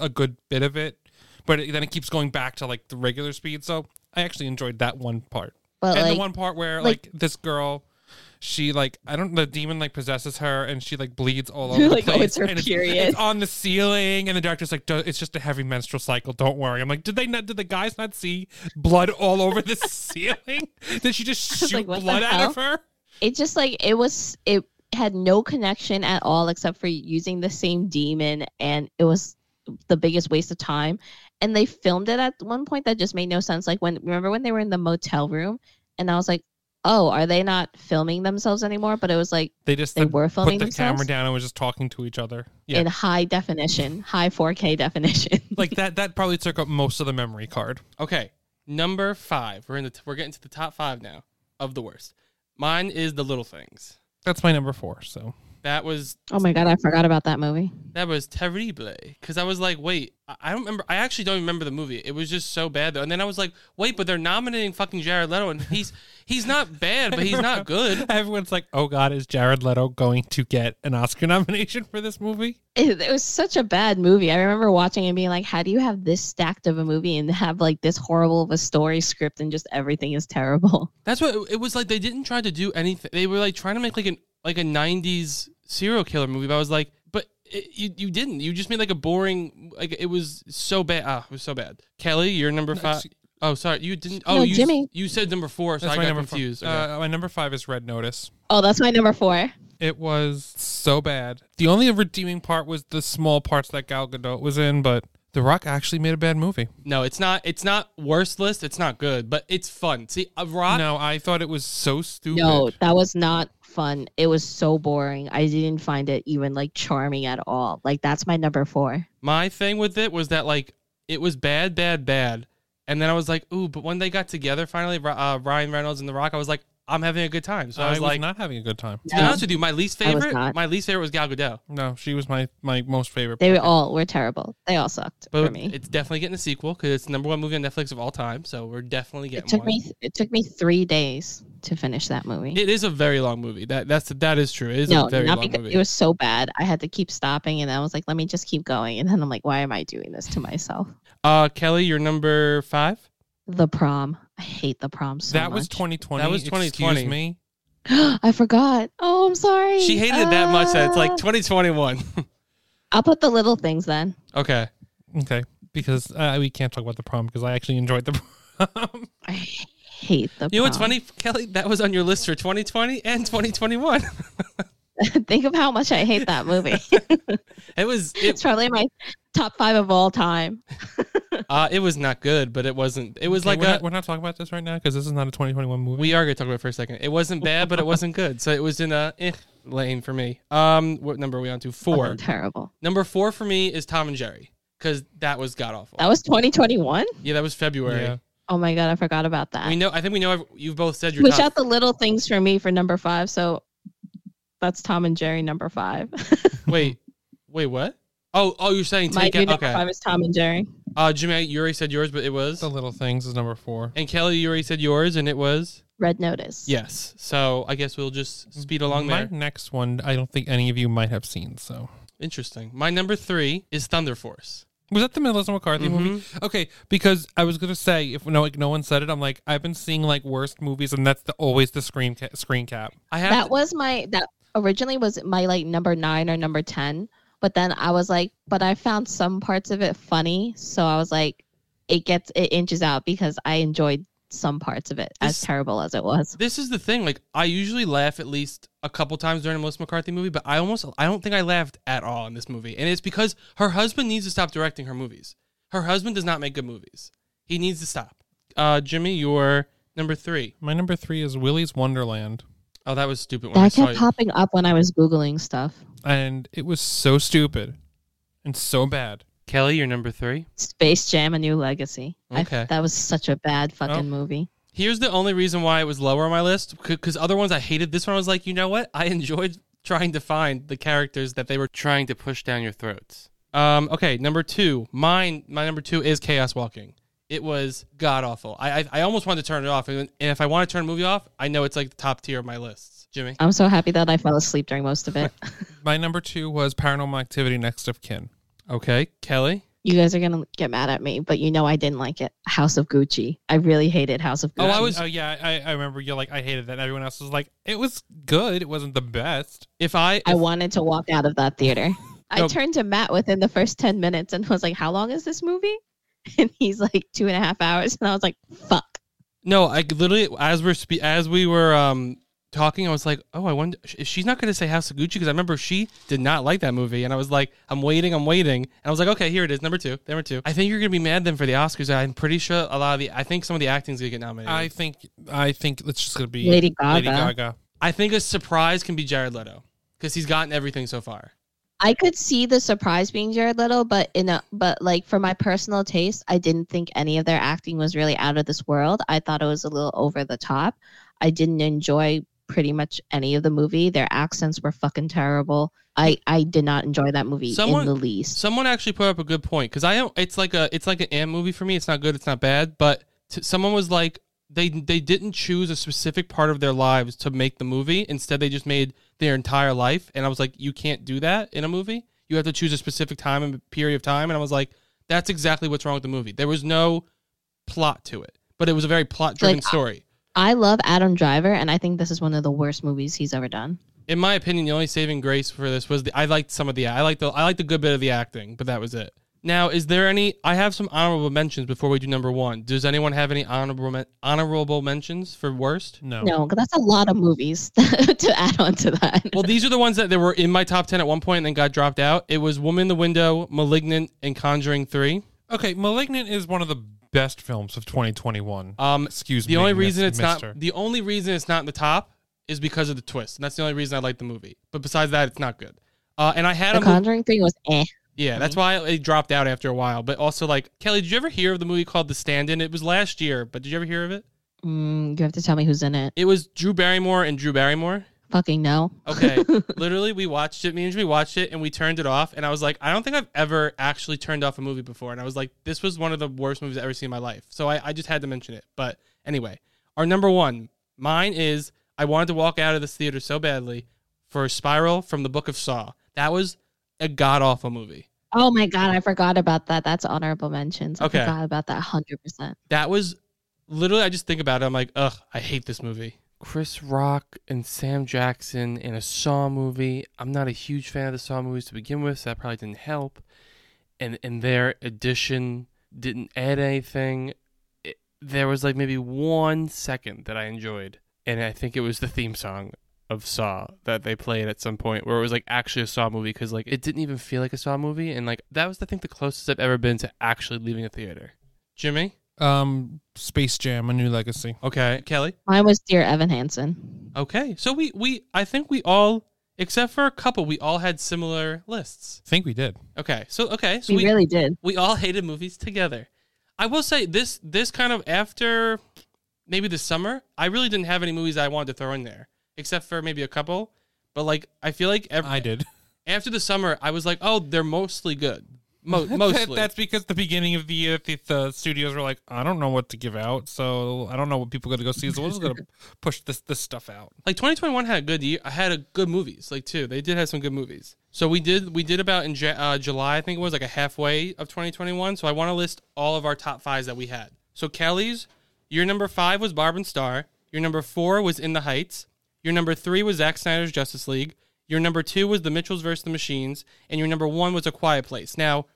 Speaker 8: a good bit of it. But it, then it keeps going back to like the regular speed. So I actually enjoyed that one part.
Speaker 3: but
Speaker 8: and
Speaker 3: like,
Speaker 8: the one part where
Speaker 3: like-
Speaker 8: like, this girl she like i don't the demon like possesses her and she like bleeds all over
Speaker 3: You're
Speaker 8: the
Speaker 3: like, oh,
Speaker 8: place
Speaker 3: it's her
Speaker 8: and
Speaker 3: period.
Speaker 8: it's on the ceiling and the doctor's like "Duh, it's just a heavy menstrual cycle don't worry i'm like did they not did the guys not see blood all over the ceiling did she just
Speaker 3: was
Speaker 8: shoot
Speaker 3: like, what the
Speaker 8: blood out of her
Speaker 3: it just like it was it had no connection at all except for using the same demon and it was the biggest waste of time and they filmed it at one point that just made no sense like when remember when they were in the motel room and i was like oh are they not filming themselves anymore but it was like
Speaker 8: they just
Speaker 3: they
Speaker 8: like,
Speaker 3: were
Speaker 8: put the
Speaker 3: filming themselves
Speaker 8: camera down and was just talking to each other yeah
Speaker 3: in high definition high 4k definition
Speaker 8: like that that probably took up most of the memory card
Speaker 7: Okay, number five. We're in the t- we're getting to the top five now of the worst. Mine is the little things.
Speaker 8: that's my number four so
Speaker 7: That was
Speaker 3: oh my god i forgot about that movie
Speaker 7: that was terrible. Because I was like, wait, I- I don't remember. I actually don't remember the movie. It was just so bad though. And then I was like, wait, but they're nominating fucking Jared Leto, and he's he's not bad, but he's not good.
Speaker 8: everyone's like oh god is jared leto going to get an oscar nomination for this movie
Speaker 3: it, it was such a bad movie. I remember watching and being like, how do you have this stacked of a movie and have like this horrible of a story script and just everything is terrible?
Speaker 7: That's what it- it was like. They didn't try to do anything. They were like trying to make like an like a '90s serial killer movie. But I was like, but it, you you didn't. You just made like a boring. Like it was so bad. Ah, it was so bad. Kelly, you're number five.
Speaker 8: she-
Speaker 7: oh, sorry, you didn't. Oh,
Speaker 3: No,
Speaker 7: you,
Speaker 3: Jimmy.
Speaker 7: You said number four, so
Speaker 8: That's
Speaker 7: I
Speaker 8: my
Speaker 7: got
Speaker 8: number
Speaker 7: confused.
Speaker 8: Five.
Speaker 7: Okay.
Speaker 8: Uh, my number five is Red Notice.
Speaker 3: Oh, that's my number four.
Speaker 8: It was so bad. The only redeeming part was the small parts that Gal Gadot was in, but The Rock actually made a bad movie.
Speaker 7: no, it's not. It's not worst list. It's not good, but it's fun. See, a rock.
Speaker 8: No, I thought it was so stupid.
Speaker 3: No, that was not fun. It was so boring. I didn't find it even like charming at all. Like that's my number four.
Speaker 7: My thing with it was that like it was bad, bad, bad, and then I was like, ooh. But when they got together finally, Ri- uh, Ryan Reynolds and The Rock, I was like, I'm having a good time. So
Speaker 8: I
Speaker 7: I
Speaker 8: was
Speaker 7: like.
Speaker 8: not having a good time.
Speaker 7: To be
Speaker 3: No.
Speaker 7: honest with you, my least
Speaker 3: I was
Speaker 7: favorite,
Speaker 3: not.
Speaker 7: my least favorite was Gal Gadot,
Speaker 8: No, she was my, my most favorite.
Speaker 3: They were all were terrible. They all sucked for
Speaker 7: but
Speaker 3: me.
Speaker 7: it's definitely getting a sequel because it's the number one movie on Netflix of all time. So we're definitely
Speaker 3: It
Speaker 7: getting
Speaker 3: took
Speaker 7: one.
Speaker 3: me it took me three days. to finish that movie.
Speaker 7: It is a very long movie. That that's that is true. It is
Speaker 3: no,
Speaker 7: a very
Speaker 3: not
Speaker 7: long
Speaker 3: because
Speaker 7: movie.
Speaker 3: it was so bad. I had to keep stopping, and I was like, "Let me just keep going." And then I'm like, "Why am I doing this to myself?"
Speaker 7: uh, Kelly, you're number five.
Speaker 3: The prom. I hate the prom so
Speaker 8: that was
Speaker 3: much.
Speaker 8: 2020.
Speaker 7: That was 2020.
Speaker 8: Excuse me.
Speaker 3: I forgot. Oh, I'm sorry.
Speaker 7: She hated it that much that it's like
Speaker 3: Ah.
Speaker 7: 2021.
Speaker 3: I'll put the little things then.
Speaker 7: okay.
Speaker 8: Okay, because uh, we can't talk about the prom because I actually enjoyed the prom.
Speaker 3: I hate the.
Speaker 7: You know what's
Speaker 3: prom.
Speaker 7: funny, Kelly? That was on your list for 2020 and 2021.
Speaker 3: Think of how much I hate that movie.
Speaker 7: it was
Speaker 3: it's
Speaker 7: it,
Speaker 3: probably my top five of all time.
Speaker 7: uh, it was not good, but it wasn't. It was
Speaker 8: Okay,
Speaker 7: like
Speaker 8: we're,
Speaker 7: a,
Speaker 8: not, we're not talking about this right now because this is not a 2021 movie.
Speaker 7: we are gonna talk about it for a second. It wasn't bad, but it wasn't good. So it was in a eh lane for me. Um, what number are we on to? Four.
Speaker 3: Fucking Oh, terrible.
Speaker 7: Number four for me is Tom and Jerry because that was god awful.
Speaker 3: That was 2021.
Speaker 7: yeah, that was February.
Speaker 8: Oh. Yeah.
Speaker 3: Oh my god, I forgot about that.
Speaker 7: We know. I think we know. ev- You've both said your
Speaker 3: Push
Speaker 7: top.
Speaker 3: out the little things for me for number five. So that's Tom and Jerry number five.
Speaker 7: wait, wait, what? Oh, oh, you're saying
Speaker 3: my
Speaker 7: take
Speaker 3: new
Speaker 7: out.
Speaker 3: number
Speaker 7: Okay.
Speaker 3: five is Tom and Jerry.
Speaker 7: Uh, Jimmy, you already said yours, but it was.
Speaker 8: The Little Things is number four.
Speaker 7: And Kelly, you already said yours, and it was
Speaker 3: Red Notice.
Speaker 7: yes. So I guess we'll just speed along
Speaker 8: My
Speaker 7: there.
Speaker 8: next one, I don't think any of you might have seen. So
Speaker 7: Interesting. My number three is Thunder Force.
Speaker 8: was that the Melissa McCarthy
Speaker 7: Mm-hmm.
Speaker 3: Mm-hmm.
Speaker 8: movie? Okay, because I was gonna say if no, like no one said it, I'm like I've been seeing like worst movies, and that's the, always the screen ca- screen cap.
Speaker 7: I have
Speaker 3: That was my that originally was my like number nine or number ten. But then I was like, but I found some parts of it funny. So I was like, it gets it inches out because I enjoyed some parts of it, as
Speaker 7: This-
Speaker 3: terrible as it was.
Speaker 7: This is the thing. Like I usually laugh at least a couple times during a Melissa McCarthy movie, but I almost I don't think I laughed at all in this movie, and it's because her husband needs to stop directing her movies. Her husband does not make good movies. He needs to stop. Uh, Jimmy, you're number three.
Speaker 8: My number three is Willy's Wonderland,
Speaker 7: Oh, that was stupid. When I
Speaker 3: That
Speaker 7: saw
Speaker 3: kept
Speaker 7: you.
Speaker 3: popping up when I was googling stuff.
Speaker 8: and it was so stupid and so bad.
Speaker 7: Kelly, you're number three.
Speaker 3: Space Jam: A New Legacy. I-
Speaker 7: Okay.
Speaker 3: that was such a bad fucking
Speaker 8: Oh.
Speaker 3: movie.
Speaker 7: Here's the only reason why it was lower on my list, because other ones I hated. This one I was like, you know what? I enjoyed trying to find the characters that they were trying to push down your throats. Um, okay, number two, mine, my number two is Chaos Walking. It was god awful. I, I I almost wanted to turn it off, and and if I want to turn a movie off, I know it's like the top tier of my lists. Jimmy,
Speaker 3: I'm so happy that I fell asleep during most of it.
Speaker 8: My number two was Paranormal Activity: Next of Kin.
Speaker 7: okay, Kelly.
Speaker 3: you guys are gonna get mad at me, but you know I didn't like it. House of Gucci. I really hated House of Gucci.
Speaker 7: Oh, I was-
Speaker 8: Oh yeah, I, I remember you're like I hated that. And everyone else was like, it was good. It wasn't the best.
Speaker 7: If I, if,
Speaker 3: I wanted to walk out of that theater. I
Speaker 7: No.
Speaker 3: turned to Matt within the first ten minutes and was like, "How long is this movie?" And he's like, two and a half hours." And I was like, "Fuck."
Speaker 7: no, I literally as we're spe- as we were um talking, I was like, oh, I wonder if she's not going to say House of Gucci because I remember she did not like that movie, and I was like, I'm waiting, I'm waiting, and I was like, okay, here it is, number two, number two. I think you're going to be mad then for the Oscars. I'm pretty sure a lot of the, I think some of the acting's going to get nominated.
Speaker 8: I think I think it's just gonna be
Speaker 3: Lady
Speaker 8: Lady
Speaker 3: Gaga.
Speaker 8: Gaga.
Speaker 7: I think a surprise can be Jared Leto because he's gotten everything so far.
Speaker 3: I could see the surprise being Jared Little, but in a but like for my personal taste, I didn't think any of their acting was really out of this world. I thought it was a little over the top. I didn't enjoy pretty much any of the movie. Their accents were fucking terrible. I I did not enjoy that movie
Speaker 7: Someone-
Speaker 3: in the least.
Speaker 7: Someone actually put up a good point because I don't. It's like a it's like an and movie for me. It's not good. It's not bad. But t- someone was like they they didn't choose a specific part of their lives to make the movie. Instead, they just made their entire life. And I was like, you can't do that in a movie. You have to choose a specific time and period of time. And I was like, that's exactly what's wrong with the movie. There was no plot to it, but it was a very plot driven
Speaker 3: Like, I-
Speaker 7: story.
Speaker 3: I love Adam Driver, and I think this is one of the worst movies he's ever done.
Speaker 7: In my opinion, the only saving grace for this was the, I liked some of the I liked the I liked the good bit of the acting, but that was it. Now, is there any? I have some honorable mentions before we do number one. Does anyone have any honorable men, honorable mentions for worst?
Speaker 8: No.
Speaker 3: No, 'cause that's a lot of movies to add on to that.
Speaker 7: Well, these are the ones that they were in my top ten at one point and then got dropped out. It was Woman in the Window, Malignant, and Conjuring Three.
Speaker 8: Okay, Malignant is one of the best films of 2021.
Speaker 7: Um,
Speaker 8: Excuse
Speaker 7: the
Speaker 8: me.
Speaker 7: only
Speaker 8: Miss-
Speaker 7: reason it's
Speaker 8: mister.
Speaker 7: not the only reason it's not in the top is because of the twist, and that's the only reason I like the movie. But besides that, it's not good. Uh, and I had
Speaker 3: the
Speaker 7: a mo-
Speaker 3: Conjuring thing was eh.
Speaker 7: Yeah, that's why it dropped out after a while. But also, like Kelly, did you ever hear of the movie called The Stand-In? It was last year, but did you ever hear of it?
Speaker 3: Mm, you have to tell me who's in it.
Speaker 7: It was Drew Barrymore and Drew Barrymore.
Speaker 3: Fucking no.
Speaker 7: Okay, literally, we watched it. Me and Jimmy watched it, and we turned it off. And I was like, I don't think I've ever actually turned off a movie before. And I was like, this was one of the worst movies I've ever seen in my life. So I, I just had to mention it. But anyway, our number one, Mine is I wanted to walk out of this theater so badly for Spiral from the Book of Saw. That was a god awful movie.
Speaker 3: Oh my god, I forgot about that. That's honorable mentions. I
Speaker 7: Okay.
Speaker 3: forgot about that 100%.
Speaker 7: That was literally I just think about it. I'm like, ugh, I hate this movie. Chris Rock and Sam Jackson in a Saw movie. I'm not a huge fan of the Saw movies to begin with, so that probably didn't help. And and their addition didn't add anything. It, there was like maybe one second that I enjoyed, and I think it was the theme song of Saw that they played at some point, where it was like actually a Saw movie because like it didn't even feel like a Saw movie, and like that was I think the closest I've ever been to actually leaving a theater. Jimmy.
Speaker 8: Um, Space Jam: A New Legacy.
Speaker 7: Okay, Kelly.
Speaker 3: Mine was Dear Evan Hansen.
Speaker 7: Okay, so we we I think we all, except for a couple, we all had similar lists.
Speaker 8: I think we did.
Speaker 7: Okay, so okay, so
Speaker 3: We
Speaker 7: we
Speaker 3: really did.
Speaker 7: we all hated movies together. I will say this this kind of after maybe the summer, I really didn't have any movies I wanted to throw in there, except for maybe a couple. But like I feel like ev-
Speaker 8: I did.
Speaker 7: after the summer, I was like, oh, they're mostly good. Mo- mostly.
Speaker 8: That's because the beginning of the year, the, the studios were like, I don't know what to give out, so I don't know what people are going to go see. So we're just going to push this this stuff out.
Speaker 7: like 2021 had a good year. I had a good movies like too. They did have some good movies. So we did we did about in Ja- uh, July I think it was like a halfway of 2021. So I want to list all of our top fives that we had. So Kelly's your number five was Barb and Star. Your number four was In the Heights. Your number three was Zack Snyder's Justice League. Your number two was The Mitchells versus the Machines, and your number one was A Quiet Place. Now,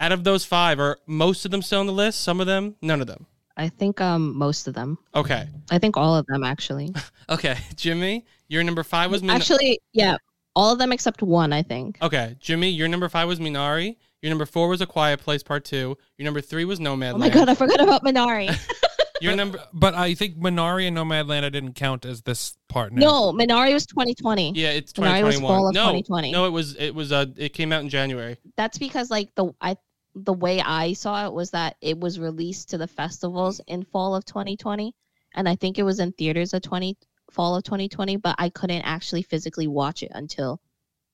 Speaker 7: out of those five, are most of them still on the list? Some of them, none of them.
Speaker 3: I think um most of them.
Speaker 7: Okay,
Speaker 3: I think all of them actually.
Speaker 7: okay, Jimmy, your number five was Min-
Speaker 3: Actually, yeah, all of them except one, I think.
Speaker 7: Okay, Jimmy, your number five was Minari. Your number four was A Quiet Place Part Two. Your number three was Nomadland.
Speaker 3: Oh my god, I forgot about Minari.
Speaker 7: Your number,
Speaker 8: But I think Minari and Nomadland I didn't count as this part. Now.
Speaker 3: no, Minari was 2020.
Speaker 7: yeah, it's twenty
Speaker 3: Minari was
Speaker 7: twenty
Speaker 3: fall
Speaker 7: one.
Speaker 3: of
Speaker 7: No,
Speaker 3: 2020.
Speaker 7: no, it was it was uh, it came out in January.
Speaker 3: That's because like the I the way I saw it was that it was released to the festivals in fall of 2020 and I think it was in theaters of 20 fall of 2020, but I couldn't actually physically watch it until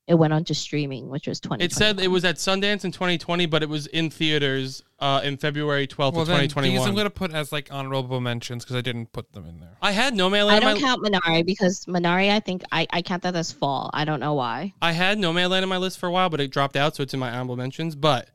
Speaker 3: it went on to streaming, which was 2020.
Speaker 7: It said it was at Sundance in twenty twenty, but it was in theaters uh, in February twelfth
Speaker 8: Well,
Speaker 7: of
Speaker 8: then
Speaker 7: twenty
Speaker 8: these
Speaker 7: twenty
Speaker 8: I'm going
Speaker 7: one.
Speaker 8: to put as like honorable mentions because I didn't put them in there.
Speaker 7: I had Nomadland.
Speaker 3: I
Speaker 7: in my,
Speaker 3: don't count Minari because Minari, I think I, I count that as fall. I don't know why.
Speaker 7: I had Nomadland on my list for a while, but it dropped out, so it's in my honorable mentions. But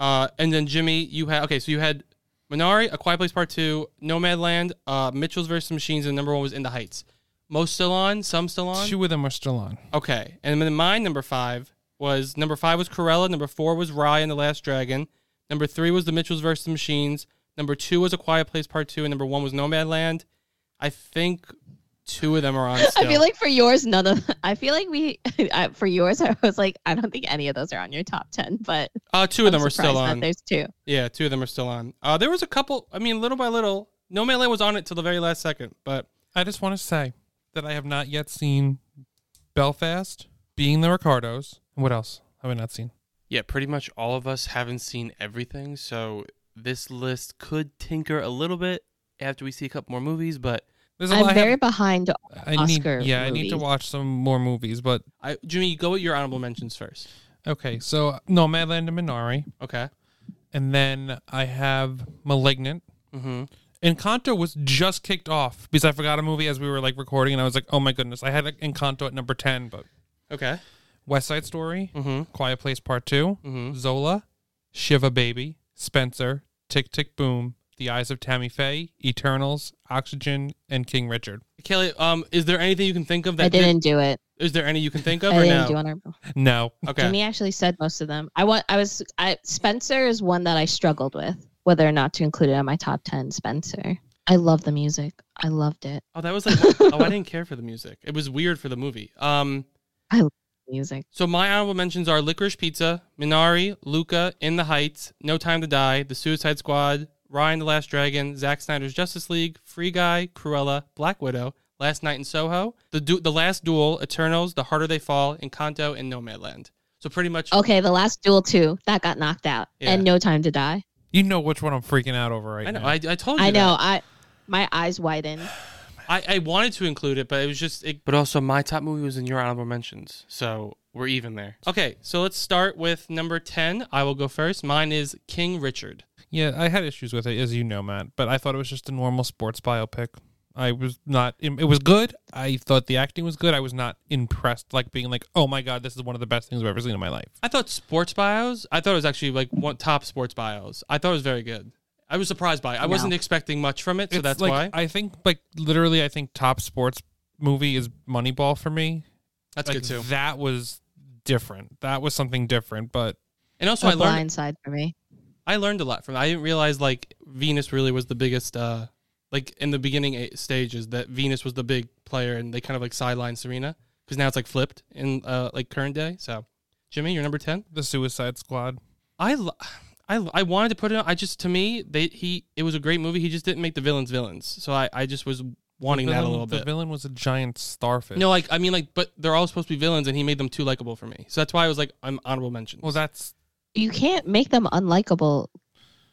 Speaker 7: uh, and then Jimmy, you had okay, so you had Minari, A Quiet Place Part Two, Nomadland, uh, Mitchell's versus Machines, and number one was In the Heights. Most still on, some still on.
Speaker 8: Two of them are still on.
Speaker 7: Okay, and then my number five was number five was Corella, number four was Rye and the Last Dragon, number three was The Mitchells versus the Machines, number two was A Quiet Place Part Two, and number one was Nomadland. I think two of them are on. Still.
Speaker 3: I feel like for yours, none of. I feel like we I, for yours. I was like, I don't think any of those are on your top ten, but
Speaker 7: uh, two of
Speaker 3: I'm
Speaker 7: them are still
Speaker 3: surprised that
Speaker 7: on.
Speaker 3: There's two.
Speaker 7: Yeah, two of them are still on. Uh, there was a couple. I mean, little by little, No Man Land was on it till the very last second. But
Speaker 8: I just want to say that I have not yet seen Belfast, Being the Ricardos. and What else have I not seen?
Speaker 7: yeah, pretty much all of us haven't seen everything, so this list could tinker a little bit after we see a couple more movies. But
Speaker 8: There's a lot I
Speaker 3: I'm very
Speaker 8: haven't-
Speaker 3: behind
Speaker 8: I need,
Speaker 3: Oscar.
Speaker 8: Yeah, I need to
Speaker 3: movies.
Speaker 8: watch some more movies. But
Speaker 7: I, Jimmy, you go with your honorable mentions first.
Speaker 8: okay, so Nomadland and Minari.
Speaker 7: Okay.
Speaker 8: and then I have Malignant.
Speaker 7: Mm-hmm.
Speaker 8: Encanto was just kicked off because I forgot a movie as we were like recording, and I was like, "Oh my goodness!" I had like, Encanto at number ten, but
Speaker 7: Okay.
Speaker 8: West Side Story,
Speaker 3: Mm.
Speaker 7: Mm-hmm.
Speaker 8: Quiet Place Part 2
Speaker 7: Mhm.
Speaker 3: Mm-hmm.
Speaker 8: Zola, Shiva Baby, Spencer, Tick Tick Boom, The Eyes of Tammy Faye, Eternals, Oxygen, and King Richard.
Speaker 7: Kelly, um, is there anything you can think of that
Speaker 3: I didn't do it.
Speaker 7: did- is there any you can think of
Speaker 3: I
Speaker 7: or
Speaker 3: didn't
Speaker 7: no?
Speaker 3: do honorable.
Speaker 8: No,
Speaker 7: okay.
Speaker 3: Jimmy actually said most of them. I want. I was. I Spencer is one that I struggled with whether or not to include it on my top ten. Spencer. I love the music. I loved it.
Speaker 7: Oh, that was like. oh, I didn't care for the music. It was weird for the movie. Um.
Speaker 3: Music.
Speaker 7: So my honorable mentions are Licorice Pizza, Minari, Luca, In the Heights, No Time to Die, The Suicide Squad, Ryan the Last Dragon, Zack Snyder's Justice League, Free Guy, Cruella, Black Widow, Last Night in Soho, The du- The Last Duel, Eternals, The Harder They Fall, Encanto, and Nomadland. So pretty much.
Speaker 3: Okay, the last duel too. That got knocked out, and
Speaker 7: Yeah.
Speaker 3: No Time to Die.
Speaker 8: you know which one I'm freaking out over right
Speaker 7: I know.
Speaker 8: now.
Speaker 7: I, I told you.
Speaker 3: I
Speaker 7: that.
Speaker 3: know. I. My eyes widened.
Speaker 7: I, I wanted to include it, but it was just. It, but also, my top movie was in your honorable mentions, so we're even there. Okay, so let's start with number ten. I will go first. Mine is King Richard.
Speaker 8: yeah, I had issues with it, as you know, Matt, but I thought it was just a normal sports biopic. I was not. It was good. I thought the acting was good. I was not impressed, like being like, "Oh my god, this is one of the best things I've ever seen in my life."
Speaker 7: I thought sports bios. I thought it was actually like one top sports bios. I thought it was very good. I was surprised by it. I wasn't expecting much from it, so
Speaker 8: It's
Speaker 7: that's
Speaker 8: like,
Speaker 7: why.
Speaker 8: I think like literally, I think top sports movie is Moneyball for me.
Speaker 7: that's
Speaker 8: like,
Speaker 7: good too.
Speaker 8: That was different. That was something different. But
Speaker 7: And also,
Speaker 3: So
Speaker 7: I
Speaker 3: a
Speaker 7: learned
Speaker 3: blind side for me.
Speaker 7: I learned a lot from it. I didn't realize like Venus really was the biggest. uh Like in the beginning a- stages, that Venus was the big player, and they kind of like sidelined Serena because now it's like flipped in uh like current day. So, Jimmy, you're number ten.
Speaker 8: the Suicide Squad.
Speaker 7: I, lo- I, I wanted to put it. on. I just to me they he it was a great movie. He just didn't make the villains villains. So I I just was wanting
Speaker 8: villain,
Speaker 7: that a little
Speaker 8: the
Speaker 7: bit.
Speaker 8: villain was a giant starfish.
Speaker 7: No, like I mean, like, but they're all supposed to be villains, and he made them too likable for me. So that's why I was like, I'm honorable mention.
Speaker 8: well, that's
Speaker 3: You can't make them unlikable.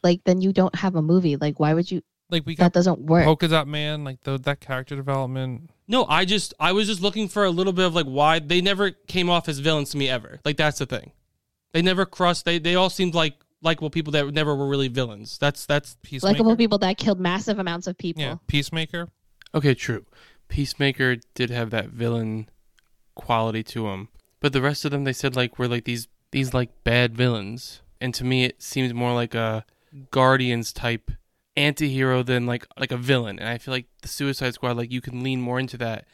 Speaker 3: Like then you don't have a movie. Like why would you?
Speaker 8: like we
Speaker 3: That
Speaker 8: got
Speaker 3: doesn't work.
Speaker 8: Polka Dot Man. Like the, that character development.
Speaker 7: no, I just I was just looking for a little bit of like why they never came off as villains to me ever. Like that's the thing, they never crossed. They they all seemed like likable people that never were really villains. That's that's
Speaker 8: Peacemaker.
Speaker 3: Likable people that killed massive amounts of people.
Speaker 8: Yeah, Peacemaker.
Speaker 7: okay. True, Peacemaker did have that villain quality to him, but the rest of them they said like were like these these like bad villains, and to me it seemed more like a Guardians type anti-hero than like like a villain and i feel like the suicide squad like you can lean more into that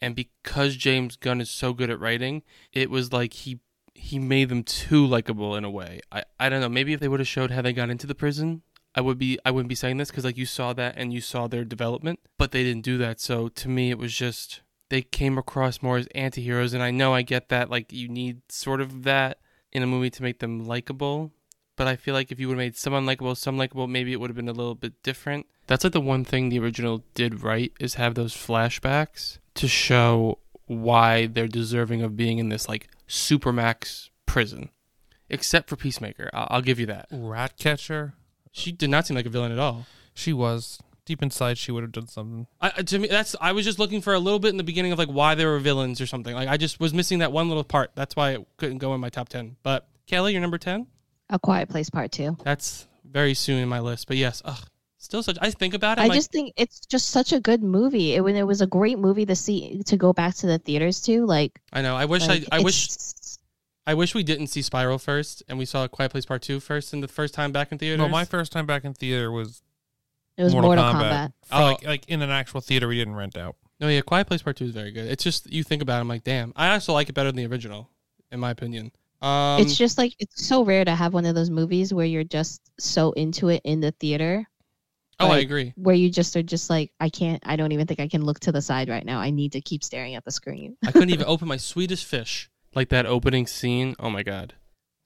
Speaker 7: and because james gunn is so good at writing it was like he he made them too likable in a way i i don't know maybe if they would have showed how they got into the prison i would be i wouldn't be saying this because like you saw that and you saw their development but they didn't do that so to me it was just they came across more as anti-heroes and i know i get that like you need sort of that in a movie to make them likable but I feel like if you would have made some unlikable, some likable, maybe it would have been a little bit different. That's like the one thing the original did right is have those flashbacks to show why they're deserving of being in this like supermax prison. Except for Peacemaker, I'll, I'll give you that.
Speaker 8: Ratcatcher.
Speaker 7: She did not seem like a villain at all.
Speaker 8: She was deep inside. She would have done something.
Speaker 7: I, I- to me, that's I was just looking for a little bit in the beginning of like why they were villains or something. Like I just was missing that one little part. That's why it couldn't go in my top ten. But Kelly, you're number ten.
Speaker 3: A Quiet Place Part Two.
Speaker 7: That's very soon in my list. But yes, ugh, still such. I think about it.
Speaker 3: I
Speaker 7: I'm like,
Speaker 3: just think it's just such a good movie. It, when it was a great movie to see to go back to the theaters to. Like,
Speaker 7: I know. I wish
Speaker 3: like,
Speaker 7: I, I wish
Speaker 3: it's-
Speaker 7: I wish we didn't see Spiral first, and we saw Quiet Place Part Two first, and the first time back in theaters.
Speaker 8: No, my first time back in theater was
Speaker 3: it was Mortal, Kombat.
Speaker 8: For,
Speaker 7: Oh.
Speaker 8: like, like in an actual theater we didn't rent out.
Speaker 7: no, yeah, Quiet Place Part Two is very good. It's just you think about, it, I'm like, damn. I also like it better than the original, in my opinion. Um,
Speaker 3: it's just like it's so rare to have one of those movies where you're just so into it in the theater,
Speaker 7: oh, I
Speaker 3: like-
Speaker 7: agree.
Speaker 3: where you just are just like, I can't. I don't even think I can look to the side right now. I need to keep staring at the screen.
Speaker 7: I couldn't even open my sweetest fish like that opening scene. Oh my god.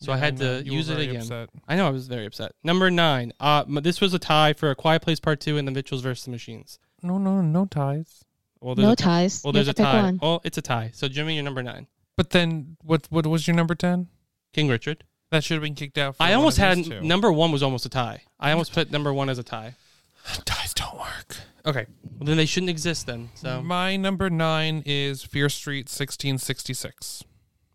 Speaker 7: So I had to
Speaker 8: know. uh, You were
Speaker 7: use it
Speaker 8: very
Speaker 7: again.
Speaker 8: upset.
Speaker 7: I know I was very upset. Number nine. Uh, m- this was a tie for a Quiet Place Part Two and the Mitchells versus the Machines.
Speaker 8: No, no, no ties.
Speaker 7: Well, there's
Speaker 3: no
Speaker 7: a tie.
Speaker 3: ties.
Speaker 7: Well,
Speaker 3: You
Speaker 7: there's
Speaker 3: have
Speaker 7: a
Speaker 3: to pick
Speaker 7: tie.
Speaker 3: one.
Speaker 7: Oh, it's a tie. So Jimmy, you're number nine.
Speaker 8: But then what? What was your number ten?
Speaker 7: King Richard.
Speaker 8: That should have been kicked out. For
Speaker 7: I
Speaker 8: one
Speaker 7: almost
Speaker 8: of
Speaker 7: had
Speaker 8: these two.
Speaker 7: number one was almost a tie. I almost put number one as a tie.
Speaker 8: ties don't work. Okay,
Speaker 7: Well, then they shouldn't exist. Then so
Speaker 8: my number nine is Fear Street sixteen sixty six.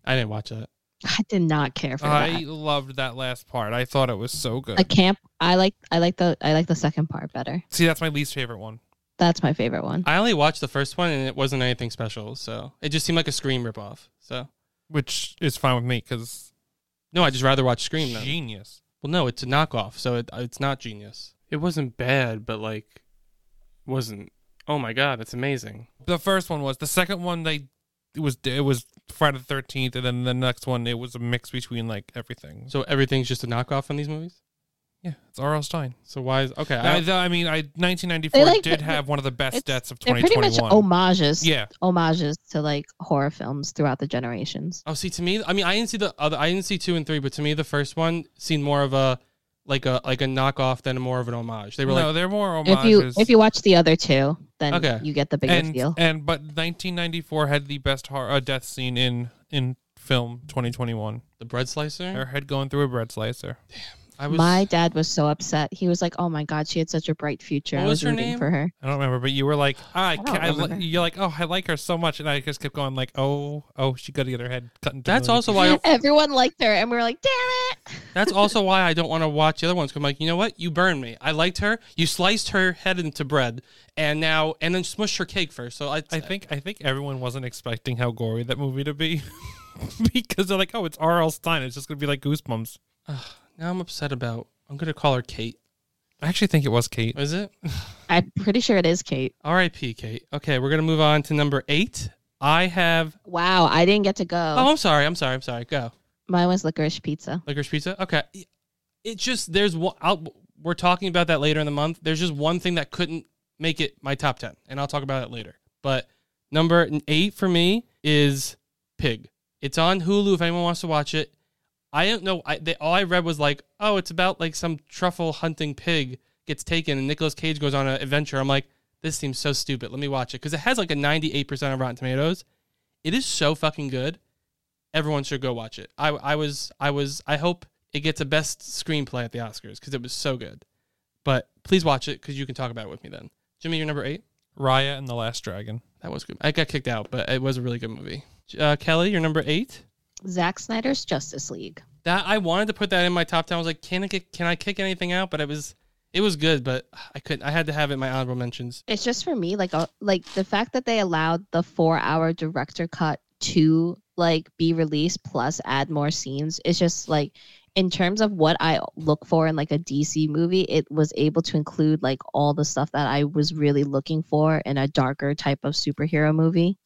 Speaker 7: I didn't watch that.
Speaker 3: I did not care for
Speaker 8: I
Speaker 3: that.
Speaker 8: loved that last part. I thought it was so good.
Speaker 3: A camp. I like. I like the. I like the second part better.
Speaker 8: See, that's my least favorite one.
Speaker 3: That's my favorite one.
Speaker 7: I only watched the first one, and it wasn't anything special. So it just seemed like a Scream ripoff. So
Speaker 8: which is fine with me because
Speaker 7: no, I just rather watch Scream. Then.
Speaker 8: genius.
Speaker 7: Well, no, it's a knockoff, so it, it's not genius. It wasn't bad, but like, wasn't. Oh my god, that's amazing.
Speaker 8: The first one was the second one. They it was it was Friday the Thirteenth, and then the next one it was a mix between like everything. So
Speaker 7: So everything's just a knockoff on these movies.
Speaker 8: yeah, it's R.L. Stein.
Speaker 7: So why is okay?
Speaker 8: I,
Speaker 7: I,
Speaker 8: I mean, I
Speaker 3: They
Speaker 8: 1994
Speaker 3: like-
Speaker 8: did have one of the best
Speaker 3: It's-
Speaker 8: deaths of
Speaker 3: They're pretty
Speaker 8: 2021.
Speaker 3: much homages.
Speaker 8: Yeah.
Speaker 3: Homages to like horror films throughout the generations.
Speaker 7: Oh, see, to me, I mean, I didn't see the other, I didn't see two and three, but to me, the first one seemed more of a like a like a knockoff than more of an homage. They were
Speaker 8: no,
Speaker 7: like,
Speaker 8: they're more
Speaker 3: If you
Speaker 8: homages.
Speaker 3: if you watch the other two, then
Speaker 7: Okay.
Speaker 3: you get the bigger
Speaker 8: and,
Speaker 3: deal.
Speaker 8: and but 1994 had the best horror uh, death scene in in film 2021.
Speaker 7: the bread slicer.
Speaker 8: Her head going through a bread slicer.
Speaker 7: I was.
Speaker 3: My dad was so upset. He was like, "Oh my god, she had such a bright future.
Speaker 7: What
Speaker 3: I
Speaker 7: was
Speaker 3: was,
Speaker 7: her
Speaker 3: rooting
Speaker 7: name?
Speaker 3: for her."
Speaker 8: I don't remember, but you were like, ah, I
Speaker 3: don't
Speaker 8: ca- I li-
Speaker 3: remember.
Speaker 8: you're like, oh, I like her so much, and I just kept going like, oh, oh, she got to get her head cut into. a
Speaker 7: That's
Speaker 8: million
Speaker 7: also why.
Speaker 3: Everyone liked her, and we were like, "Damn it!"
Speaker 7: That's also why I don't want to watch the other ones. 'cause I'm like, you know what? You burned me. I liked her. You sliced her head into bread, and now and then smushed her cake first. So I,
Speaker 8: I think I think everyone wasn't expecting how gory that movie to be because they're like, oh, it's R.L. Stein. It's just gonna be like Goosebumps.
Speaker 7: now I'm upset about. I'm gonna call her Kate.
Speaker 8: I actually think it was Kate.
Speaker 7: Is it?
Speaker 3: I'm pretty sure it is Kate.
Speaker 7: R.I.P. Kate. Okay, we're gonna move on to number eight. I have.
Speaker 3: Wow, I didn't get to go.
Speaker 7: Oh, I'm sorry. I'm sorry. I'm sorry. Go.
Speaker 3: Mine was licorice pizza.
Speaker 7: Licorice pizza. Okay. It just there's one. I'll, we're talking about that later in the month. There's just one thing that couldn't make it my top ten, and I'll talk about it later. But number eight for me is Pig. It's on Hulu if anyone wants to watch it. I don't know. I they, all I read was like, oh, it's about like some truffle hunting pig gets taken, and Nicolas Cage goes on an adventure. I'm like, this seems so stupid. Let me watch it because it has like a 98% of Rotten Tomatoes. It is so fucking good everyone should go watch it. I I was I was I hope it gets a best screenplay at the Oscars because it was so good. But please watch it because you can talk about it with me then. Jimmy, you're number eight.
Speaker 8: Raya and the Last Dragon.
Speaker 7: That was good. I got kicked out, but it was a really good movie. Uh, Kelly, you're number eight.
Speaker 3: Zack Snyder's Justice League.
Speaker 7: That I wanted to put that in my top ten. I was like, can I get, can I kick anything out? But it was it was good, but I couldn't. I had to have it in my honorable mentions.
Speaker 3: It's just for me, like, uh, like the fact that they allowed the four-hour director cut to like be released plus add more scenes. It's just like, in terms of what I look for in like a DC movie, it was able to include like all the stuff that I was really looking for in a darker type of superhero movie.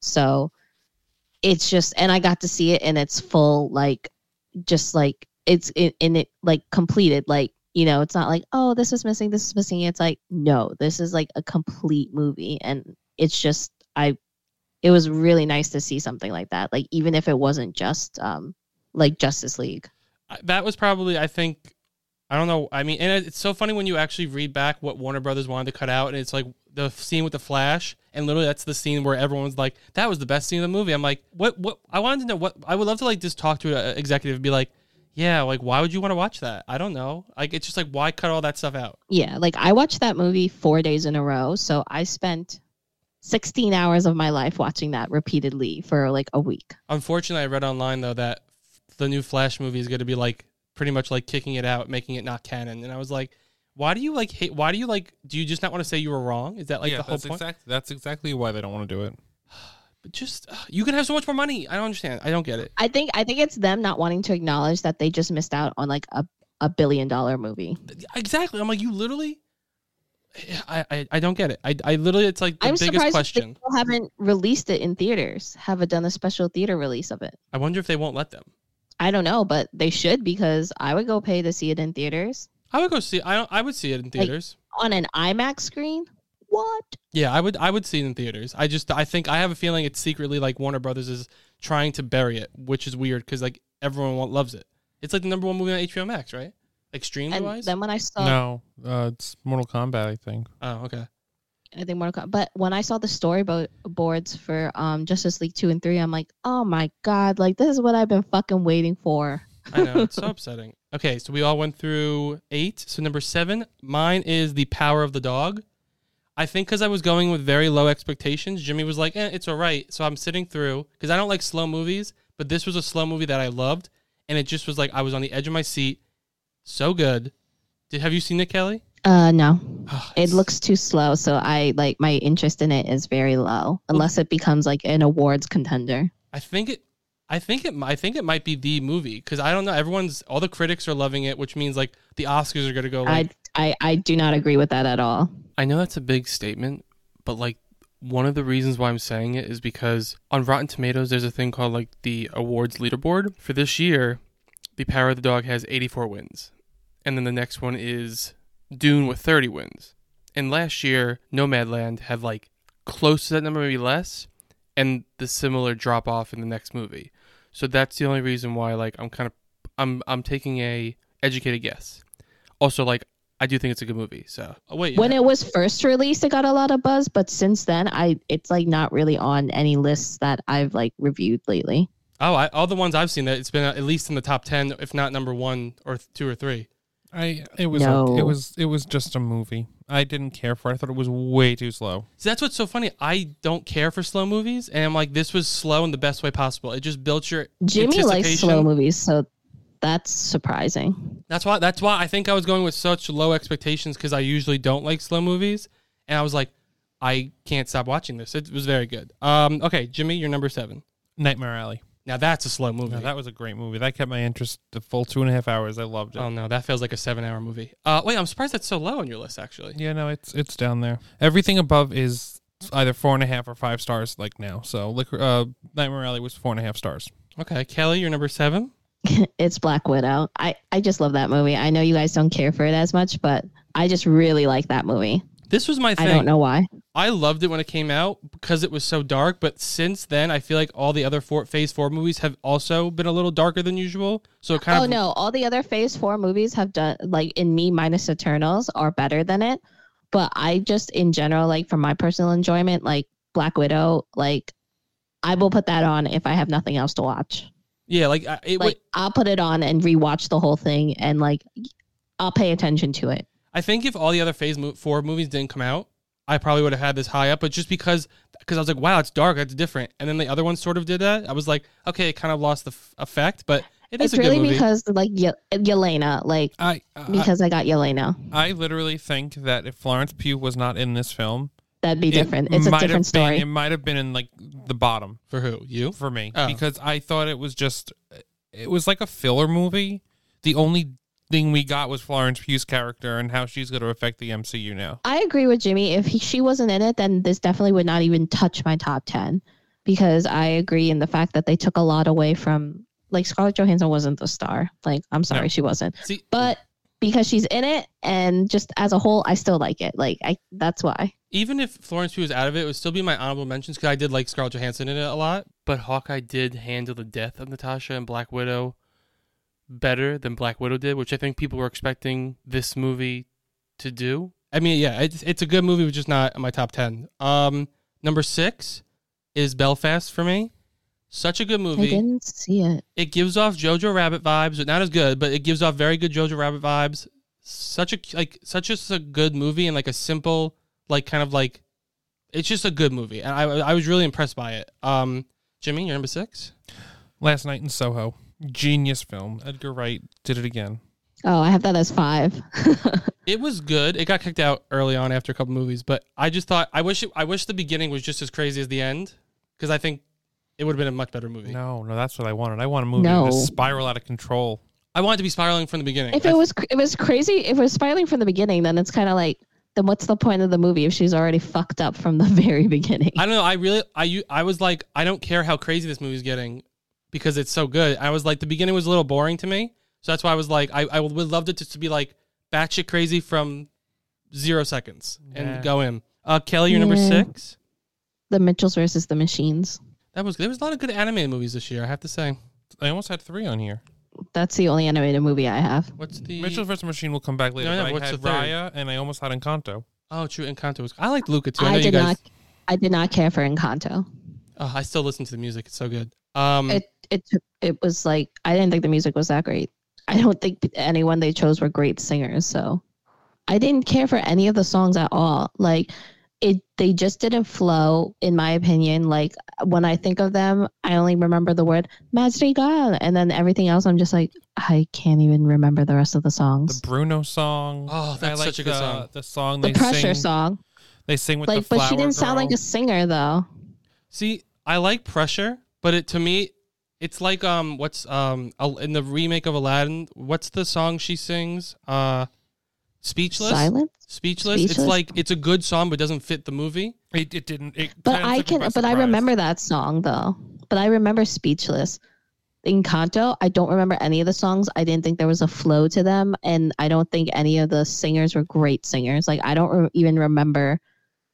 Speaker 3: So, it's just, and I got to see it in its full like just like it's in, in it like completed like you know it's not like oh this is missing this is missing it's like no this is like a complete movie and it's just i it was really nice to see something like that like even if it wasn't just um like justice league
Speaker 7: I- that was probably I think I don't know. I mean, and it's so funny when you actually read back what Warner Brothers wanted to cut out, and it's like the scene with the Flash, and literally that's the scene where everyone's like, "That was the best scene of the movie." I'm like, "What? What?" I wanted to know what I would love to like just talk to an executive and be like, "Yeah, like why would you want to watch that?" I don't know. Like it's just like why cut all that stuff out?
Speaker 3: yeah like i watched that movie four days in a row so i spent 16 hours of my life watching that repeatedly for like a week
Speaker 7: Unfortunately, I read online though that the new Flash movie is going to be like pretty much like kicking it out, making it not canon, and I was like. Why do you like hate? Why do you like? Do you just not want to say you were wrong? Is that like the whole
Speaker 8: that's
Speaker 7: point?
Speaker 8: exactly that's exactly why they don't want to do it.
Speaker 7: But just ugh, you can have so much more money. I don't understand. I don't get it.
Speaker 3: i think i think it's them not wanting to acknowledge that they just missed out on like a, a billion dollar movie
Speaker 7: Exactly. I'm like you literally. I I, I don't get it. I, I literally it's like the
Speaker 3: I'm
Speaker 7: biggest
Speaker 3: surprised
Speaker 7: question.
Speaker 3: they still haven't released it in theaters. Haven't done a special theater release of it.
Speaker 7: I wonder if they won't let them.
Speaker 3: I don't know, but they should because I would go pay to see it in theaters
Speaker 7: I would go see. I I would see it in theaters.
Speaker 3: on an IMAX screen. What?
Speaker 7: yeah, I would. I would see it in theaters. I just. I think I have a feeling it's secretly like Warner Brothers is trying to bury it, which is weird because like everyone wa- loves it. It's like the number one movie on HBO Max, right? Like streams
Speaker 3: And
Speaker 7: wise.
Speaker 3: then when I saw,
Speaker 8: no, uh, it's Mortal Kombat. I think
Speaker 7: oh, okay.
Speaker 3: I think Mortal Kombat, but when I saw the storyboards for um Justice League two and three, I'm like, oh my god, like this is what I've been fucking waiting for.
Speaker 7: I know. It's so upsetting. Okay, so we all went through eight. So number seven, mine is the power of the dog. I think because I was going with very low expectations, Jimmy was like, eh, it's all right. So I'm sitting through because I don't like slow movies, but this was a slow movie that I loved. And it just was like, I was on the edge of my seat. So good. Did, have you seen it, Kelly?
Speaker 3: Uh, no,
Speaker 7: Ah,
Speaker 3: it
Speaker 7: it's-
Speaker 3: looks too slow, so I like my interest in it is very low unless it becomes like an awards contender.
Speaker 7: I think it. I think it. I think it might be the movie because I don't know. Everyone's all the critics are loving it, which means like the Oscars are gonna go. Like,
Speaker 3: I, I I do not agree with that at all.
Speaker 7: I know that's a big statement, but like one of the reasons why I'm saying it is because on Rotten Tomatoes there's a thing called like the awards leaderboard. For this year, The Power of the Dog has 84 wins. And then the next one is Dune with 30 wins. And last year, Nomadland had like close to that number, maybe less, and the similar drop off in the next movie. So that's the only reason why like I'm kind of I'm I'm taking a educated guess. Also like I do think it's a good movie. So oh, wait,
Speaker 3: when it was first released it got a lot of buzz but since then i it's like not really on any lists that i've like reviewed lately
Speaker 7: Oh, I, all the ones I've seen that it's been at least in the top ten, if not number one or th- two or three.
Speaker 8: I it was
Speaker 3: No.
Speaker 8: it was it was just a movie. I didn't care for it. I thought it was way too slow.
Speaker 7: So that's what's so funny. I don't care for slow movies, and I'm like, this was slow in the best way possible. It just built your
Speaker 3: Jimmy likes
Speaker 7: anticipation.
Speaker 3: slow movies, so that's surprising.
Speaker 7: That's why. That's why I think I was going with such low expectations because I usually don't like slow movies, and I was like, I can't stop watching this. It was very good. Um, okay, Jimmy, you're number seven.
Speaker 8: Nightmare Alley.
Speaker 7: Now that's a slow movie.
Speaker 8: Now, that was a great movie. That kept my interest the full two and a half hours. I loved it.
Speaker 7: oh no, that feels like a seven-hour movie. Uh, wait, I'm surprised that's so low on your list. Actually,
Speaker 8: yeah, no, it's it's down there. Everything above is either four and a half or five stars. Like now, so Liquor, uh, Nightmare Alley was four and a half stars.
Speaker 7: okay, Kelly, you're number seven.
Speaker 3: it's Black Widow. I, I just love that movie. I know you guys don't care for it as much, but I just really like that movie.
Speaker 7: This was my
Speaker 3: I
Speaker 7: thing.
Speaker 3: don't know why.
Speaker 7: I loved it when it came out because it was so dark. But since then, I feel like all the other four, Phase Four movies have also been a little darker than usual. So it kind
Speaker 3: Oh
Speaker 7: of
Speaker 3: no, all the other Phase 4 movies have done like in me minus Eternals are better than it, but I just in general like for my personal enjoyment like Black Widow like I will put that on if I have nothing else to watch.
Speaker 7: yeah, like I- it.
Speaker 3: Like I'll put it on and rewatch the whole thing and like I'll pay attention to it.
Speaker 7: I think if all the other Phase mo- Four movies didn't come out, I probably would have had this high up. But just because, because I was like, wow, it's dark, it's different, and then the other ones sort of did that. I was like, okay, it kind of lost the f- effect, but it is
Speaker 3: It's
Speaker 7: a good
Speaker 3: really
Speaker 7: movie. uh,
Speaker 3: because like Ye- Yelena like
Speaker 8: I I,
Speaker 3: because I got Yelena.
Speaker 8: I literally think that if Florence Pugh was not in this film,
Speaker 3: That'd be different. It's a
Speaker 8: might have been-
Speaker 3: different story.
Speaker 8: it might have been in like the bottom
Speaker 7: For who you?
Speaker 8: for me
Speaker 7: Oh.
Speaker 8: because I thought it was just it was like a filler movie. The only thing we got was Florence Pugh's character and how she's going to affect the MCU now.
Speaker 3: I agree with Jimmy. If he, she wasn't in it, then this definitely would not even touch my top 10 because I agree in the fact that they took a lot away from, like, Scarlett Johansson wasn't the star. Like, I'm sorry, she wasn't.
Speaker 7: See,
Speaker 3: But because she's in it and just as a whole, I still like it. Like, I that's why.
Speaker 7: even if Florence Pugh was out of it, it would still be my honorable mentions because I did like Scarlett Johansson in it a lot. But Hawkeye did handle the death of Natasha and Black Widow better than Black Widow did, which I think people were expecting this movie to do. I mean, yeah, it's it's a good movie, but just not in my top ten. Um, number six is Belfast for me. Such a good
Speaker 3: I
Speaker 7: movie
Speaker 3: didn't see it.
Speaker 7: it gives off Jojo Rabbit vibes, but not as good. But it gives off very good Jojo Rabbit vibes. Such a like, such just a good movie and like a simple, like kind of like, it's just a good movie, and I I was really impressed by it. Um, Jimmy, you're number six.
Speaker 8: Last night in Soho, genius film. Edgar Wright did it again.
Speaker 3: Oh, I have that as five.
Speaker 7: It was good. It got kicked out early on after a couple movies, but I just thought I wish it, I wish the beginning was just as crazy as the end because I think it would have been a much better movie.
Speaker 8: No, no, that's what I wanted. I want a movie
Speaker 3: No.
Speaker 8: to spiral out of control.
Speaker 7: I wanted to be spiraling from the beginning.
Speaker 3: if
Speaker 7: I
Speaker 3: it was cr- it was crazy, if it was spiraling from the beginning, then it's kind of like, then what's the point of the movie if she's already fucked up from the very beginning?
Speaker 7: I don't know. I really, I, u- I was like, I don't care how crazy this movie's getting because it's so good. I was like, the beginning was a little boring to me, so that's why I was like, I, I would loved it just to be like batshit crazy from zero seconds and
Speaker 8: Yeah.
Speaker 7: go in. Uh, Kelly, you're number
Speaker 3: Yeah.
Speaker 7: six.
Speaker 3: the Mitchells versus the Machines.
Speaker 7: That was there was a lot of good animated movies this year. I have to say.
Speaker 8: I almost had three on here.
Speaker 3: That's the only animated movie I have.
Speaker 7: What's the
Speaker 8: Mitchell vs. Machine will come back later.
Speaker 7: No, no,
Speaker 8: but I
Speaker 7: what's
Speaker 8: had
Speaker 7: the third?
Speaker 8: Raya and I almost had Encanto.
Speaker 7: Oh, True Encanto was. I liked Luca too. I, know
Speaker 3: I,
Speaker 7: you
Speaker 3: did
Speaker 7: guys.
Speaker 3: not. I did not care for Encanto.
Speaker 7: Oh, I still listen to the music. It's so good.
Speaker 8: Hmm.
Speaker 7: Um,
Speaker 3: It it it was like I didn't think the music was that great. I don't think anyone they chose were great singers. So I didn't care for any of the songs at all. Like it, they just didn't flow, in my opinion. Like when I think of them, I only remember the word "Madrigal," and then everything else, I'm just like, I can't even remember the rest of the
Speaker 8: The
Speaker 3: songs.
Speaker 8: Bruno song.
Speaker 7: Oh, that's
Speaker 8: I like
Speaker 7: such a good
Speaker 8: the-
Speaker 7: song.
Speaker 8: The song
Speaker 3: The
Speaker 8: they
Speaker 3: pressure
Speaker 8: sing.
Speaker 3: song,
Speaker 8: They sing with
Speaker 3: like,
Speaker 8: the flower
Speaker 3: but she didn't sound
Speaker 8: girl.
Speaker 3: like a singer though.
Speaker 7: See, I like pressure, but it to me, it's like um, what's um, Al- in the remake of Aladdin? What's the song she sings? Uh, speechless.
Speaker 3: Silence.
Speaker 7: Speechless. It's
Speaker 3: Speechless?
Speaker 7: like it's a good song, but doesn't fit the movie.
Speaker 8: It, it didn't. It
Speaker 3: But
Speaker 8: kinda
Speaker 3: I
Speaker 8: took me
Speaker 3: can,
Speaker 8: by
Speaker 3: but I
Speaker 8: surprise.
Speaker 3: remember that song though. But I remember Speechless. Encanto, I don't remember any of the songs. I didn't think there was a flow to them, and I don't think any of the singers were great singers. Like I don't re- even remember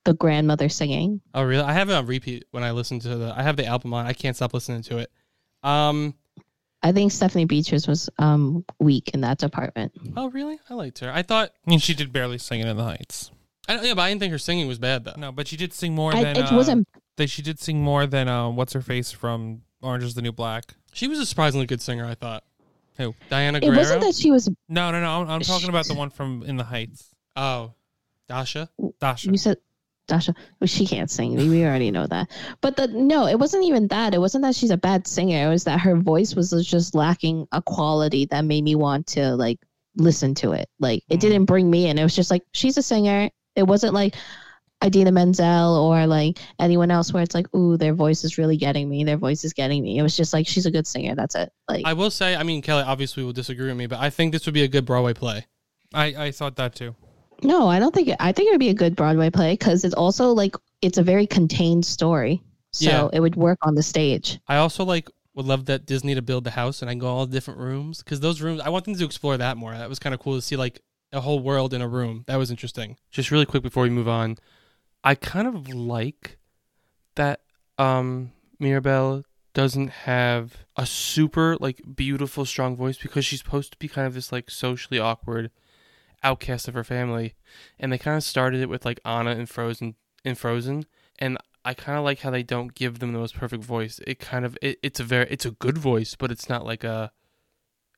Speaker 3: the grandmother singing.
Speaker 7: Oh, really? I have it on repeat when I listen to the. I have the album on. I can't stop listening to it. Um.
Speaker 3: I think Stephanie Beatriz was um, weak in that department.
Speaker 7: Oh, really? I liked her. I thought.
Speaker 8: I mean, she did barely sing it in the heights.
Speaker 7: I, yeah, but I didn't think her singing was bad though.
Speaker 8: No, but she did sing more
Speaker 3: I,
Speaker 8: than.
Speaker 3: it
Speaker 8: uh,
Speaker 3: wasn't.
Speaker 8: They, she did sing more than uh, what's her face from Orange is the New Black.
Speaker 7: She was a surprisingly good singer, I thought.
Speaker 8: Who?
Speaker 7: Diana
Speaker 3: It
Speaker 7: Guerrero.
Speaker 3: wasn't that she was.
Speaker 8: No, no, no. I'm, I'm talking about the one from In the Heights.
Speaker 7: oh, Dasha.
Speaker 8: Dasha.
Speaker 3: You said Dasha. Well, she can't sing. We we already know that. But the no, it wasn't even that. It wasn't that she's a bad singer. It was that her voice was just lacking a quality that made me want to like listen to it. Like it
Speaker 8: Mm.
Speaker 3: didn't bring me in. It was just like she's a singer. It wasn't like Idina Menzel or like anyone else where it's like, ooh, their voice is really getting me. Their voice is getting me. It was just like she's a good singer. That's it. Like
Speaker 7: I will say, I mean, Kelly obviously will disagree with me, but I think this would be a good Broadway play.
Speaker 8: I, I thought that too.
Speaker 3: No, I don't think it, I think it would be a good Broadway play because it's also like it's a very contained story, so
Speaker 7: Yeah.
Speaker 3: it would work on the stage.
Speaker 7: I also like would love that Disney to build the house and I can go all the different rooms because those rooms I want them to explore that more. That was kind of cool to see like a whole world in a room. That was interesting. Just really quick before we move on, I kind of like that um Mirabelle doesn't have a super like beautiful strong voice because she's supposed to be kind of this like socially awkward outcast of her family and they kind of started it with like Anna and Frozen in Frozen and I kind of like how they don't give them the most perfect voice. It kind of it, it's a very it's a good voice, but it's not like a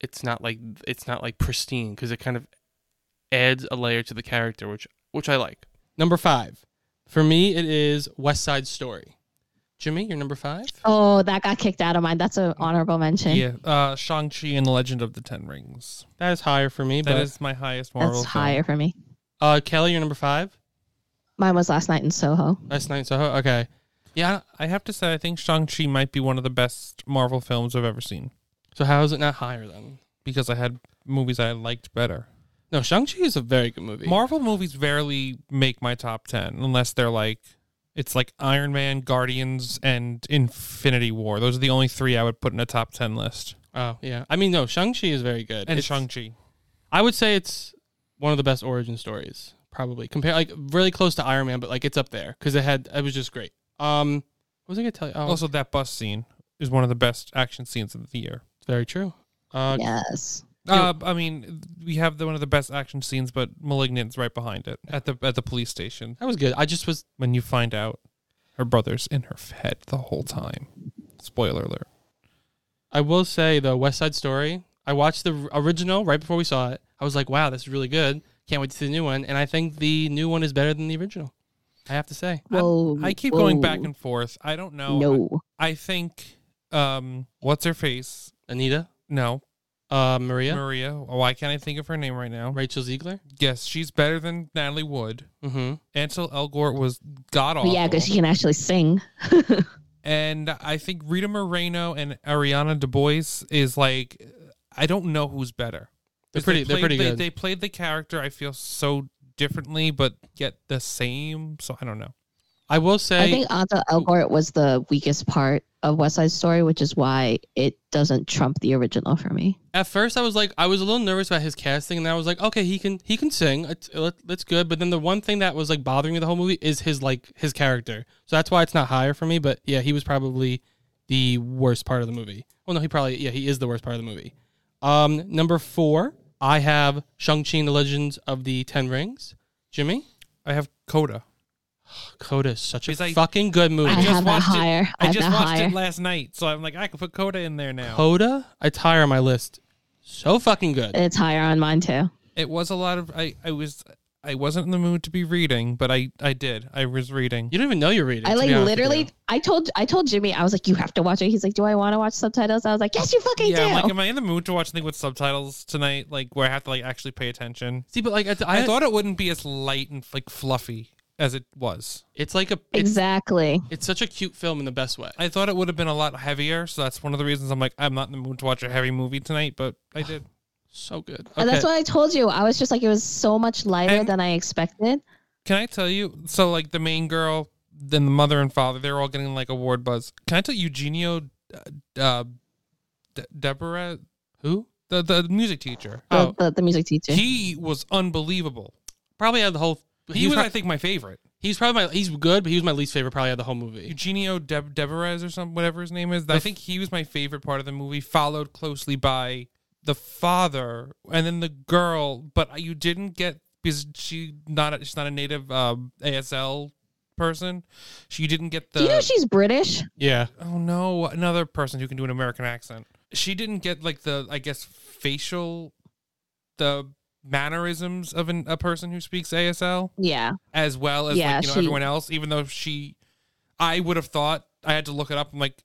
Speaker 7: it's not like it's not like pristine because it kind of adds a layer to the character, which which I like. Number five for me, it is West Side Story. Jimmy, you're number five.
Speaker 3: Oh, that got kicked out of mine. That's an honorable mention.
Speaker 8: Yeah. Uh, Shang-Chi and the Legend of the Ten Rings.
Speaker 7: That is higher for me,
Speaker 8: That
Speaker 7: but
Speaker 8: is my highest Marvel
Speaker 3: That's
Speaker 8: film.
Speaker 3: higher for me.
Speaker 7: uh, Kelly, you're number five.
Speaker 3: Mine was last night in Soho.
Speaker 7: Last night, so okay,
Speaker 8: Yeah, I have to say, I think Shang-Chi might be one of the best Marvel films I've ever seen
Speaker 7: so how is it not higher then?
Speaker 8: because I had movies I liked better.
Speaker 7: No, Shang Chi is a very good movie.
Speaker 8: Marvel movies rarely make my top 10 unless they're like, it's like Iron Man, Guardians, and Infinity War. Those are the only three I would put in a top 10 list.
Speaker 7: oh yeah, I mean no, Shang Chi is very good.
Speaker 8: And
Speaker 7: It's-
Speaker 8: Shang-Chi.
Speaker 7: I would say it's one of the best origin stories, probably. Compare like really close to Iron Man, but like it's up there because it had it was just great. Um, what was I gonna tell you? Oh,
Speaker 8: Also, that bus scene is one of the best action scenes of the year.
Speaker 7: it's very true. Uh,
Speaker 3: Yes.
Speaker 8: Uh, I mean, we have the, one of the best action scenes, but Malignant's right behind it at the at the police station.
Speaker 7: that was good. I just was
Speaker 8: when you find out her brother's in her head the whole time. Spoiler alert.
Speaker 7: I will say the West Side Story. I watched the r- original right before we saw it. I was like, wow, this is really good. Can't wait to see the new one. And I think the new one is better than the original. I have to say.
Speaker 3: Whoa.
Speaker 8: I keep going
Speaker 3: whoa.
Speaker 8: back and forth. I don't know.
Speaker 3: No.
Speaker 8: I think um what's her face?
Speaker 7: Anita,
Speaker 8: No.
Speaker 7: uh, Maria,
Speaker 8: Maria. Why can't I think of her name right now?
Speaker 7: Rachel Ziegler.
Speaker 8: Yes, she's better than Natalie Wood.
Speaker 7: Mm-hmm.
Speaker 8: Ansel Elgort was god
Speaker 3: But
Speaker 8: awful.
Speaker 3: yeah, because she can actually sing.
Speaker 8: and I think Rita Moreno and Ariana Du Bois is like I don't know who's better.
Speaker 7: They're
Speaker 8: 'Cause
Speaker 7: pretty-
Speaker 8: They
Speaker 7: they're
Speaker 8: played,
Speaker 7: pretty
Speaker 8: they-
Speaker 7: good.
Speaker 8: They played the character. I feel so differently, but yet the same. So I don't know.
Speaker 7: I will say.
Speaker 3: I think Ansel Elgort was the weakest part of West Side Story, which is why it doesn't trump the original for me.
Speaker 7: at first I was like I was a little nervous about his casting, and then I was like, okay, he can he can sing, it's, uh, that's good. But then the one thing that was like bothering me the whole movie is his like his character, so that's why it's not higher for me. But yeah, he was probably the worst part of the movie. Well, no, he probably yeah he is the worst part of the movie. Um, number four, I have Shang Chi and the Legends of the Ten Rings. Jimmy,
Speaker 8: I have Coda.
Speaker 7: Coda is such a
Speaker 8: He's like-
Speaker 7: fucking good movie.
Speaker 3: I have that
Speaker 8: watched it-
Speaker 3: higher. I
Speaker 8: I
Speaker 3: have
Speaker 8: just
Speaker 3: that
Speaker 8: watched
Speaker 3: higher.
Speaker 8: it last night, so I'm like, I can put Coda in there now.
Speaker 7: Coda, it's higher on my list. So fucking good.
Speaker 3: It's higher on mine too.
Speaker 8: it was a lot of I. I was I wasn't in the mood to be reading, but I I did. I was reading.
Speaker 7: You don't even know you're reading.
Speaker 3: I
Speaker 7: to be
Speaker 3: like
Speaker 7: honest with you.
Speaker 3: literally. I told I told Jimmy I was like, you have to watch it. He's like, do I want to watch subtitles? I was like, yes, you fucking
Speaker 8: yeah,
Speaker 3: do.
Speaker 8: I'm like, am I in the mood to watch something with subtitles tonight? Like where I have to like actually pay attention.
Speaker 7: See, but like I,
Speaker 8: I, thought it wouldn't be as light and like fluffy as it was.
Speaker 7: it's like a it's,
Speaker 3: exactly.
Speaker 7: It's such a cute film in the best way.
Speaker 8: I thought it would have been a lot heavier, so that's one of the reasons I'm like I'm not in the mood to watch a heavy movie tonight. But I did.
Speaker 7: So good.
Speaker 3: And that's
Speaker 7: Okay.
Speaker 3: what I told you. I was just like, it was so much lighter
Speaker 8: And-
Speaker 3: than I expected.
Speaker 8: Can I tell you? So like the main girl, then the mother and father, they're all getting like award buzz. Can I tell Eugenio, uh, uh, De- Deborah,
Speaker 7: Who?
Speaker 8: the the music teacher?
Speaker 3: The,
Speaker 7: Oh.
Speaker 3: the, the music teacher.
Speaker 8: He was unbelievable.
Speaker 7: Probably had the whole.
Speaker 8: He, was, I think, my favorite.
Speaker 7: he's probably my. He's good, but he was my least favorite. Probably had the whole movie.
Speaker 8: Eugenio De- Deverez or some whatever his name is. I think he was my favorite part of the movie, followed closely by the father and then the girl. But you didn't get because she not a, she's not a native um, ASL person. She didn't get the
Speaker 3: Do you know she's British?
Speaker 7: Yeah.
Speaker 8: oh no, another person who can do an American accent. She didn't get like the I guess facial, the mannerisms of an, a person who speaks ASL
Speaker 3: Yeah.
Speaker 8: as well as
Speaker 3: Yeah,
Speaker 8: like you know
Speaker 3: she-
Speaker 8: everyone else. Even though she, I would have thought I had to look it up. I'm like,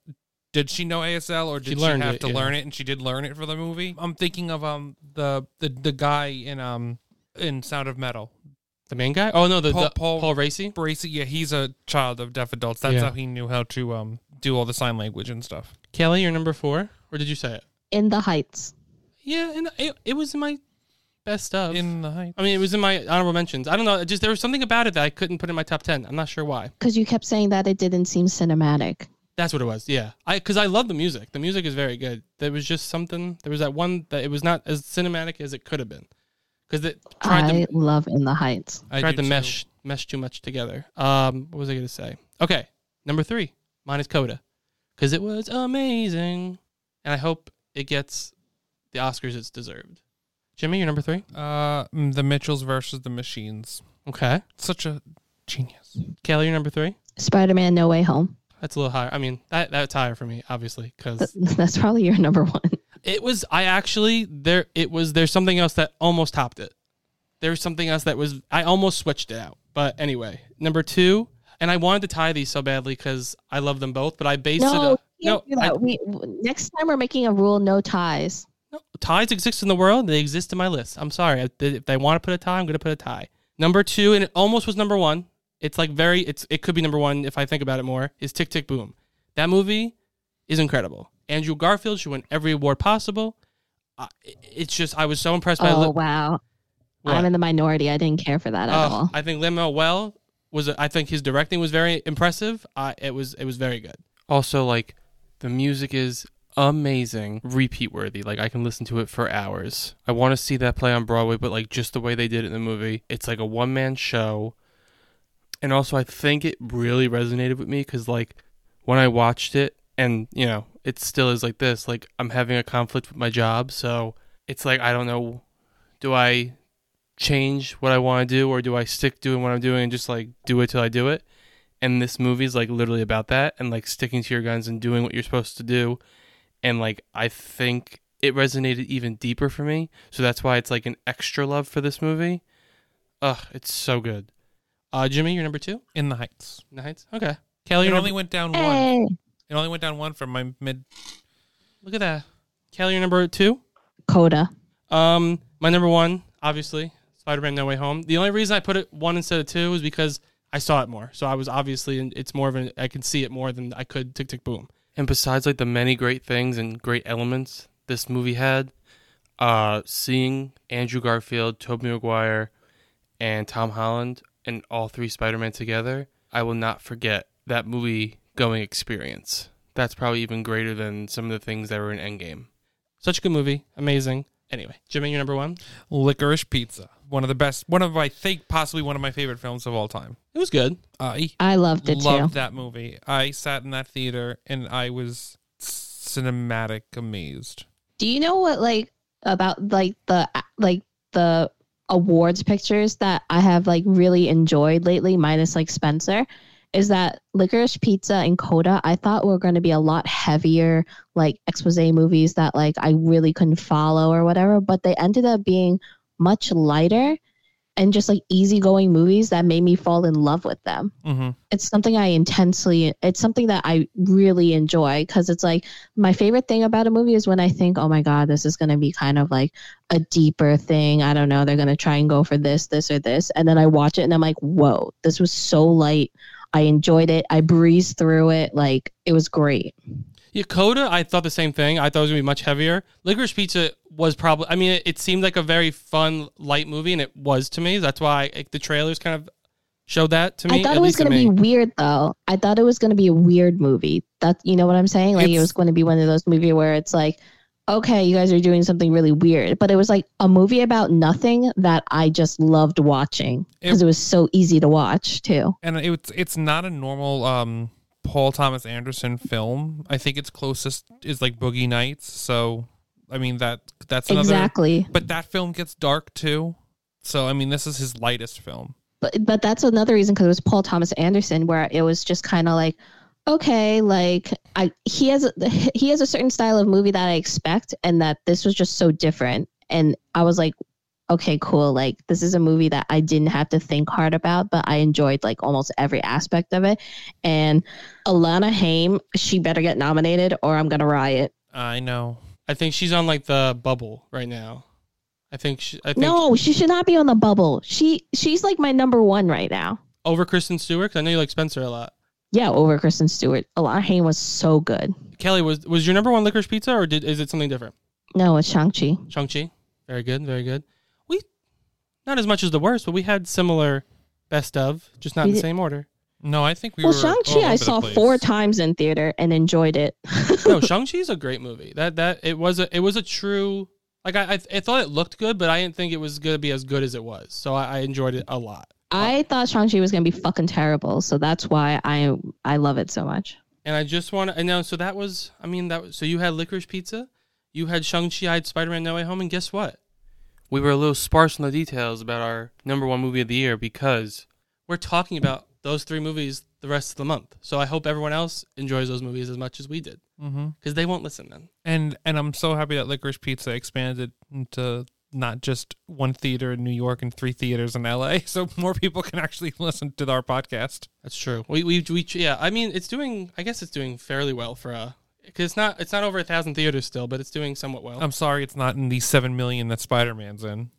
Speaker 8: did she know ASL or did she,
Speaker 7: learned
Speaker 8: have
Speaker 7: it,
Speaker 8: to
Speaker 7: yeah.
Speaker 8: learn it? And she did learn it for the movie. I'm thinking of um the the the guy in um in Sound of Metal.
Speaker 7: The main guy? Oh no, the
Speaker 8: Paul-
Speaker 7: Paul,
Speaker 8: Paul-
Speaker 7: Paul, Racy.
Speaker 8: Bracy, yeah, he's a child of deaf adults. That's
Speaker 7: Yeah.
Speaker 8: how he knew how to um do all the sign language and stuff.
Speaker 7: Kelly, you're number four, or did you say it?
Speaker 3: In the Heights.
Speaker 7: Yeah, and it, it was in my best of.
Speaker 8: In the height.
Speaker 7: I mean, it was in my honorable mentions. I don't know. it Just there was something about it that I couldn't put in my top ten. I'm not sure why.
Speaker 3: Because you kept saying that it didn't seem cinematic.
Speaker 7: That's what it was. Yeah, I because I love the music. The music is very good. There was just something. There was that one that it was not as cinematic as it could have been, because it tried to
Speaker 3: I love In the Heights.
Speaker 8: I
Speaker 7: tried
Speaker 8: do
Speaker 7: to
Speaker 8: too.
Speaker 7: mesh mesh too much together. Um, what was I gonna say? Okay, number three, mine is Coda, because it was amazing, and I hope it gets the Oscars it's deserved. Jimmy, you're number three.
Speaker 8: Uh, mm, the Mitchells versus the Machines.
Speaker 7: Okay,
Speaker 8: Such a genius.
Speaker 7: Kelly, you're number three.
Speaker 3: Spider Man No Way Home.
Speaker 7: That's a little higher. I mean, that that's higher for me, obviously, because
Speaker 3: That's probably your number one.
Speaker 7: it was. I actually there. It was. There's something else that almost topped it. There was something else that was. I almost switched it out. But anyway, number two, and I wanted to tie these so badly because I love them both. But I based it.
Speaker 3: No,
Speaker 7: up-
Speaker 3: we can't do
Speaker 7: I-
Speaker 3: that. we, w- next time we're making a rule no ties.
Speaker 7: No, ties exist in the world. They exist in my list. I'm sorry. If they, if they want to put a tie, I'm going to put a tie. Number two, and it almost was number one. It's like very. It's it could be number one if I think about it more. Is Tick Tick Boom? That movie is incredible. Andrew Garfield should win every award possible. Uh, it- it's just I was so impressed by.
Speaker 3: Oh,
Speaker 7: Lin-
Speaker 3: wow.
Speaker 7: What?
Speaker 3: I'm in the minority. I didn't care for that at
Speaker 7: Oh,
Speaker 3: all.
Speaker 7: I think Lin Manuel was. I think his directing was very impressive. Uh, it was. It was very good. Also, like the music is amazing, repeat worthy. Like I can listen to it for hours. I want to see that play on Broadway, but like just the way they did it in the movie, it's like a one man show. And also, I think it really resonated with me because like when I watched it, and you know, it still is like this. Like I'm having a conflict with my job, so it's like I don't know. Do I change what I want to do, or do I stick doing what I'm doing and just like do it till I do it? And this movie's like literally about that and like sticking to your guns and doing what you're supposed to do. And like, I think it resonated even deeper for me. So that's why it's like an extra love for this movie. Ugh, it's so good. Uh, Jimmy, you're number two?
Speaker 8: In the Heights.
Speaker 7: Nice. Okay. Kelly,
Speaker 8: it
Speaker 7: you're
Speaker 8: only
Speaker 7: number-
Speaker 8: went down one.
Speaker 3: Hey,
Speaker 8: It only went down one from my mid.
Speaker 7: Look at that. Kelly, you're number two?
Speaker 3: Coda.
Speaker 7: Um, my number one, obviously, Spider-Man: No Way Home. The only reason I put it one instead of two is because I saw it more. So I was obviously, it's more of an I can see it more than I could Tick Tick Boom. And besides, like the many great things and great elements this movie had, uh, seeing Andrew Garfield, Tobey Maguire, and Tom Holland and all three Spider-Man together, I will not forget that movie going experience. That's probably even greater than some of the things that were in Endgame. Such a good movie. Amazing. Anyway, Jimmy, your number one.
Speaker 8: Licorice Pizza. One of the best. One of I think possibly one of my favorite films of all time.
Speaker 7: It was good.
Speaker 8: I
Speaker 3: I loved it
Speaker 8: loved
Speaker 3: too.
Speaker 8: that movie. I sat in that theater and I was cinematic amazed.
Speaker 3: Do you know what like about like the like the awards pictures that I have like really enjoyed lately, minus like Spencer, is that Licorice Pizza and Coda I thought were going to be a lot heavier like expose movies that like I really couldn't follow or whatever, but they ended up being much lighter and just like easygoing movies that made me fall in love with them.
Speaker 8: Mm-hmm.
Speaker 3: it's something I intensely, it's something that I really enjoy because it's like my favorite thing about a movie is when I think, oh my God, this is going to be kind of like a deeper thing. I don't know. They're going to try and go for this, this, or this. And then I watch it and I'm like, whoa, this was so light. I enjoyed it. I breezed through it. Like it was great.
Speaker 7: Yeah, Coda, I thought the same thing. I thought it was gonna be much heavier. Licorice Pizza was probably. I mean, it, it seemed like a very fun, light movie, and it was to me. That's why like, the trailers kind of showed that to me.
Speaker 3: I thought
Speaker 7: at
Speaker 3: it
Speaker 7: least
Speaker 3: was
Speaker 7: to
Speaker 3: going to
Speaker 7: me.
Speaker 3: be weird though. I thought it was going to be a weird movie. That you know what I'm saying? Like it
Speaker 8: It's-
Speaker 3: was going to be one of those movies where it's like, okay, you guys are doing something really weird, but it was like a movie about nothing that I just loved watching because
Speaker 8: It-
Speaker 3: it, was so easy to watch too.
Speaker 8: And it's it's not a normal um, Paul Thomas Anderson film. I think its closest is like Boogie Nights. So I mean that that's another.
Speaker 3: Exactly.
Speaker 8: But that film gets dark too. So I mean this is his lightest film.
Speaker 3: but but that's another reason because it was Paul Thomas Anderson where it was just kind of like okay like I he has a, he has a certain style of movie that I expect and that this was just so different and I was like okay cool like this is a movie that I didn't have to think hard about but I enjoyed like almost every aspect of it and Alana Haim she better get nominated or I'm gonna riot
Speaker 8: I know.
Speaker 7: I think she's on like the bubble right now. I think she, I think
Speaker 3: no she should not be on the bubble she she's like my number one right now
Speaker 7: over Kristen Stewart 'Cause I know you like Spencer a lot.
Speaker 3: Yeah, over Kristen Stewart. Alana Haim was so good.
Speaker 7: Kelly was was your number one licorice pizza or did is it something different?
Speaker 3: No, it's Shang-Chi.
Speaker 7: Shang Chi, very good, very good. We not as much as the worst, but we had similar best of, just not
Speaker 3: We
Speaker 7: in the
Speaker 3: did-
Speaker 7: same order.
Speaker 8: No, I think we
Speaker 3: well,
Speaker 8: were.
Speaker 3: Shang-Chi
Speaker 8: all over
Speaker 3: I
Speaker 8: the
Speaker 3: saw
Speaker 8: place.
Speaker 3: four times in theater and enjoyed it.
Speaker 7: no, Shang Chi is a great movie. That that it was a it was a true like I I, I thought it looked good, but I didn't think it was gonna be as good as it was. So I, I enjoyed it a lot,
Speaker 8: Oh.
Speaker 3: I thought Shang-Chi was going to be fucking terrible, so that's why I I love it so much.
Speaker 7: and I just want to I know. So that was I mean that was so you had licorice pizza, you had Shang Chi, I had Spider Man No Way Home, and guess what? We were a little sparse on the details about our number one movie of the year because we're talking about those three movies the rest of the month. So I hope everyone else enjoys those movies as much as we did
Speaker 8: Mhm.
Speaker 7: because they won't listen then.
Speaker 8: And and I'm so happy that Licorice Pizza expanded into not just one theater in New York and three theaters in LA, so more people can actually listen to our podcast.
Speaker 7: That's true. We we we yeah. I mean, it's doing. I guess it's doing fairly well for uh, because it's not it's not over a thousand theaters still, but it's doing somewhat well.
Speaker 8: I'm sorry, it's not in the seven million that Spider Man's in.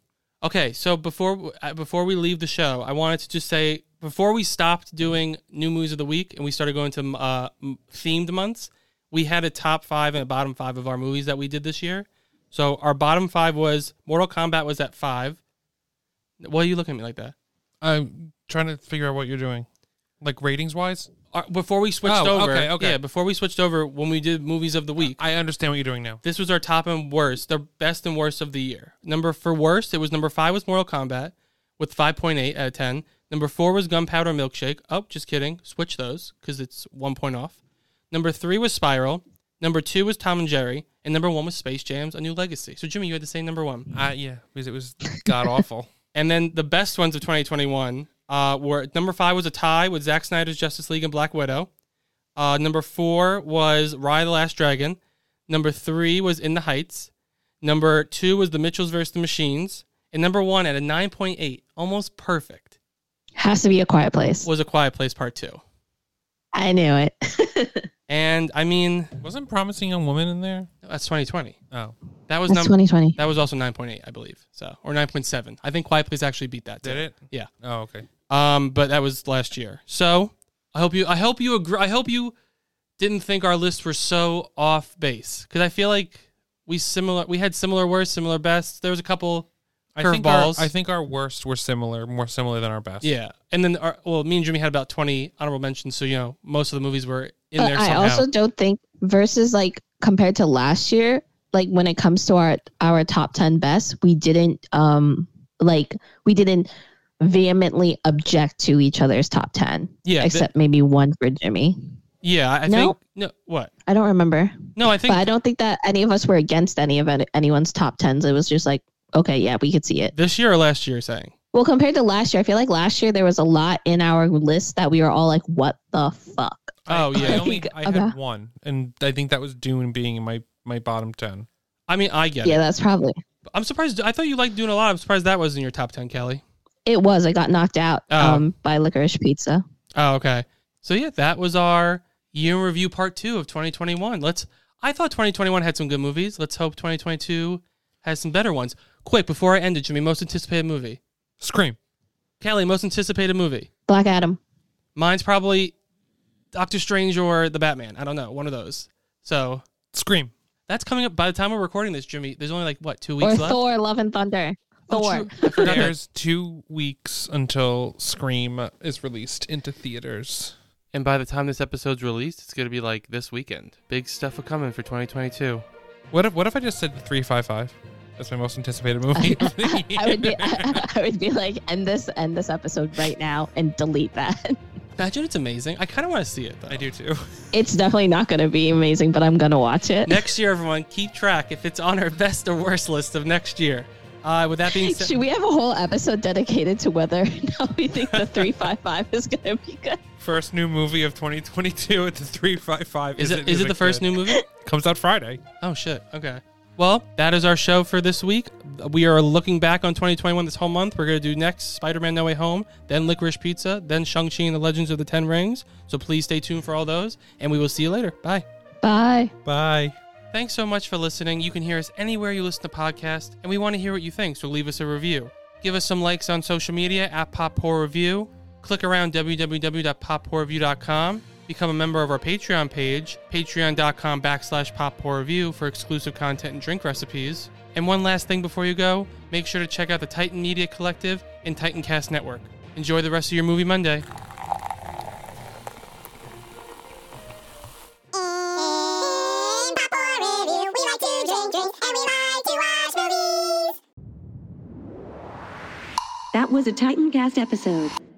Speaker 7: okay, so before uh, before we leave the show, I wanted to just say before we stopped doing new movies of the week and we started going to um, uh m- themed months, we had a top five and a bottom five of our movies that we did this year. So our bottom five was Mortal Kombat was at five. Why are you looking at me like that?
Speaker 8: I'm trying to figure out what you're doing, like ratings wise.
Speaker 7: Uh, Before we switched
Speaker 8: Oh,
Speaker 7: over,
Speaker 8: okay, okay.
Speaker 7: yeah. Before we switched over, when we did movies of the week,
Speaker 8: I understand what you're doing now.
Speaker 7: This was our top and worst, the best and worst of the year. Number for worst, it was number five was Mortal Kombat with 5.8 out of 10. Number four was Gunpowder Milkshake. Oh, just kidding. Switch those because it's one point off. Number three was Spiral. Number two was Tom and Jerry. And number one was Space Jams, A New Legacy. So, Jimmy, you had the same number one.
Speaker 8: Uh, yeah, because it was god awful.
Speaker 7: And then the best ones of 2021 uh, were number five was a tie with Zack Snyder's Justice League and Black Widow. Uh, number four was Rye the Last Dragon. Number three was In the Heights. Number two was The Mitchells versus the Machines. And number one at a 9.8, almost perfect,
Speaker 3: Has to be a quiet place.
Speaker 7: was A Quiet Place Part Two.
Speaker 3: I knew it.
Speaker 7: And I mean,
Speaker 8: Wasn't promising young woman in there?
Speaker 7: that's 2020.
Speaker 8: Oh,
Speaker 7: That was
Speaker 3: That's
Speaker 7: number.
Speaker 3: 2020.
Speaker 7: That was also 9.8, I believe. So, or 9.7. I think Quiet Place actually beat that.
Speaker 8: did
Speaker 7: too.
Speaker 8: it?
Speaker 7: Yeah.
Speaker 8: Oh, okay.
Speaker 7: Um, but that was last year. So I hope you, I hope you agree. I hope you didn't think our lists were so off base because I feel like we similar, we had similar worst, similar best. There was a couple
Speaker 8: I think, our,
Speaker 7: curveballs.
Speaker 8: I think our worst were similar, more similar than our best.
Speaker 7: yeah. And then our, well, me and Jimmy had about 20 honorable mentions. So, you know, most of the movies were in
Speaker 3: But
Speaker 7: there
Speaker 3: I
Speaker 7: somehow.
Speaker 3: also don't think versus like compared to last year, like when it comes to our our top 10 best, we didn't um like we didn't vehemently object to each other's top 10
Speaker 7: yeah. th-
Speaker 3: except maybe one for Jimmy.
Speaker 7: yeah. I, I
Speaker 3: No.
Speaker 7: think, no, what?
Speaker 3: I don't remember.
Speaker 7: No, I think
Speaker 3: but I don't think that any of us were against any of it- anyone's top tens. It was just like, okay, yeah, we could see it.
Speaker 7: this year or last year saying.
Speaker 3: Well, compared to last year, I feel like last year there was a lot in our list that we were all like, what the fuck?
Speaker 7: Oh,
Speaker 8: I,
Speaker 7: yeah.
Speaker 8: I only
Speaker 3: think
Speaker 8: I
Speaker 3: about-
Speaker 8: had one, and I think that was Dune being in my my bottom ten.
Speaker 7: I mean, I get
Speaker 3: Yeah,
Speaker 7: it.
Speaker 3: that's probably.
Speaker 7: I'm surprised. I thought you liked doing a lot. I'm surprised that wasn't in your top 10, Kelly.
Speaker 3: It was. I got knocked out
Speaker 7: Oh.
Speaker 3: um, by licorice pizza.
Speaker 7: Oh, okay. So yeah, that was our year in review part two of 2021. Let's. I thought 2021 had some good movies. Let's hope 2022 has some better ones. Quick, before I end it, Jimmy, most anticipated movie.
Speaker 8: Scream.
Speaker 7: Kelly, most anticipated movie.
Speaker 3: Black Adam.
Speaker 7: Mine's probably Doctor Strange or The Batman. I don't know, one of those. So
Speaker 8: Scream.
Speaker 7: that's coming up by the time we're recording this, Jimmy. There's only like what two
Speaker 3: Or
Speaker 7: weeks left.
Speaker 3: Thor, Love and Thunder.
Speaker 7: Oh,
Speaker 3: Thor.
Speaker 7: true. I forgot that.
Speaker 8: There's two weeks until Scream is released into theaters.
Speaker 7: And by the time this episode's released, it's gonna be like this weekend. Big stuff are coming for 2022.
Speaker 8: What if What if I just said three five five? That's my most anticipated movie. of the
Speaker 3: I would be,
Speaker 8: year.
Speaker 3: I, would be like, end this, end this episode right now, and delete that.
Speaker 7: Imagine it's amazing. I kind of want to see it though.
Speaker 8: I do too.
Speaker 3: It's definitely not going to be amazing, but I'm going to watch it.
Speaker 7: next year, everyone, keep track if it's on our best or worst list of next year. Uh, with that being said,
Speaker 3: Should we have a whole episode dedicated to whether or not we think the 355 is going to be good?
Speaker 8: First new movie of 2022 at the 355.
Speaker 7: is it is it the first new movie?
Speaker 8: Comes out Friday.
Speaker 7: Oh shit. Okay. Well, that is our show for this week. We are looking back on 2021 this whole month. We're going to do next Spider-Man No Way Home, then Licorice Pizza, then Shang-Chi and the Legends of the Ten Rings. So please stay tuned for all those, and we will see you later. Bye.
Speaker 3: Bye.
Speaker 8: Bye.
Speaker 7: Thanks so much for listening. You can hear us anywhere you listen to podcasts, and we want to hear what you think, so leave us a review. Give us some likes on social media at Pop Horror Review. Click around www.pophorrorreview.com. Become a member of our Patreon page, patreon.com backslash Pop Horror Review for exclusive content and drink recipes. And one last thing before you go, make sure to check out the Titan Media Collective and Titan Cast Network. Enjoy the rest of your movie Monday.
Speaker 2: In Pop War Review, we like to drink, drink, and we like to watch movies.
Speaker 4: That was a Titancast episode.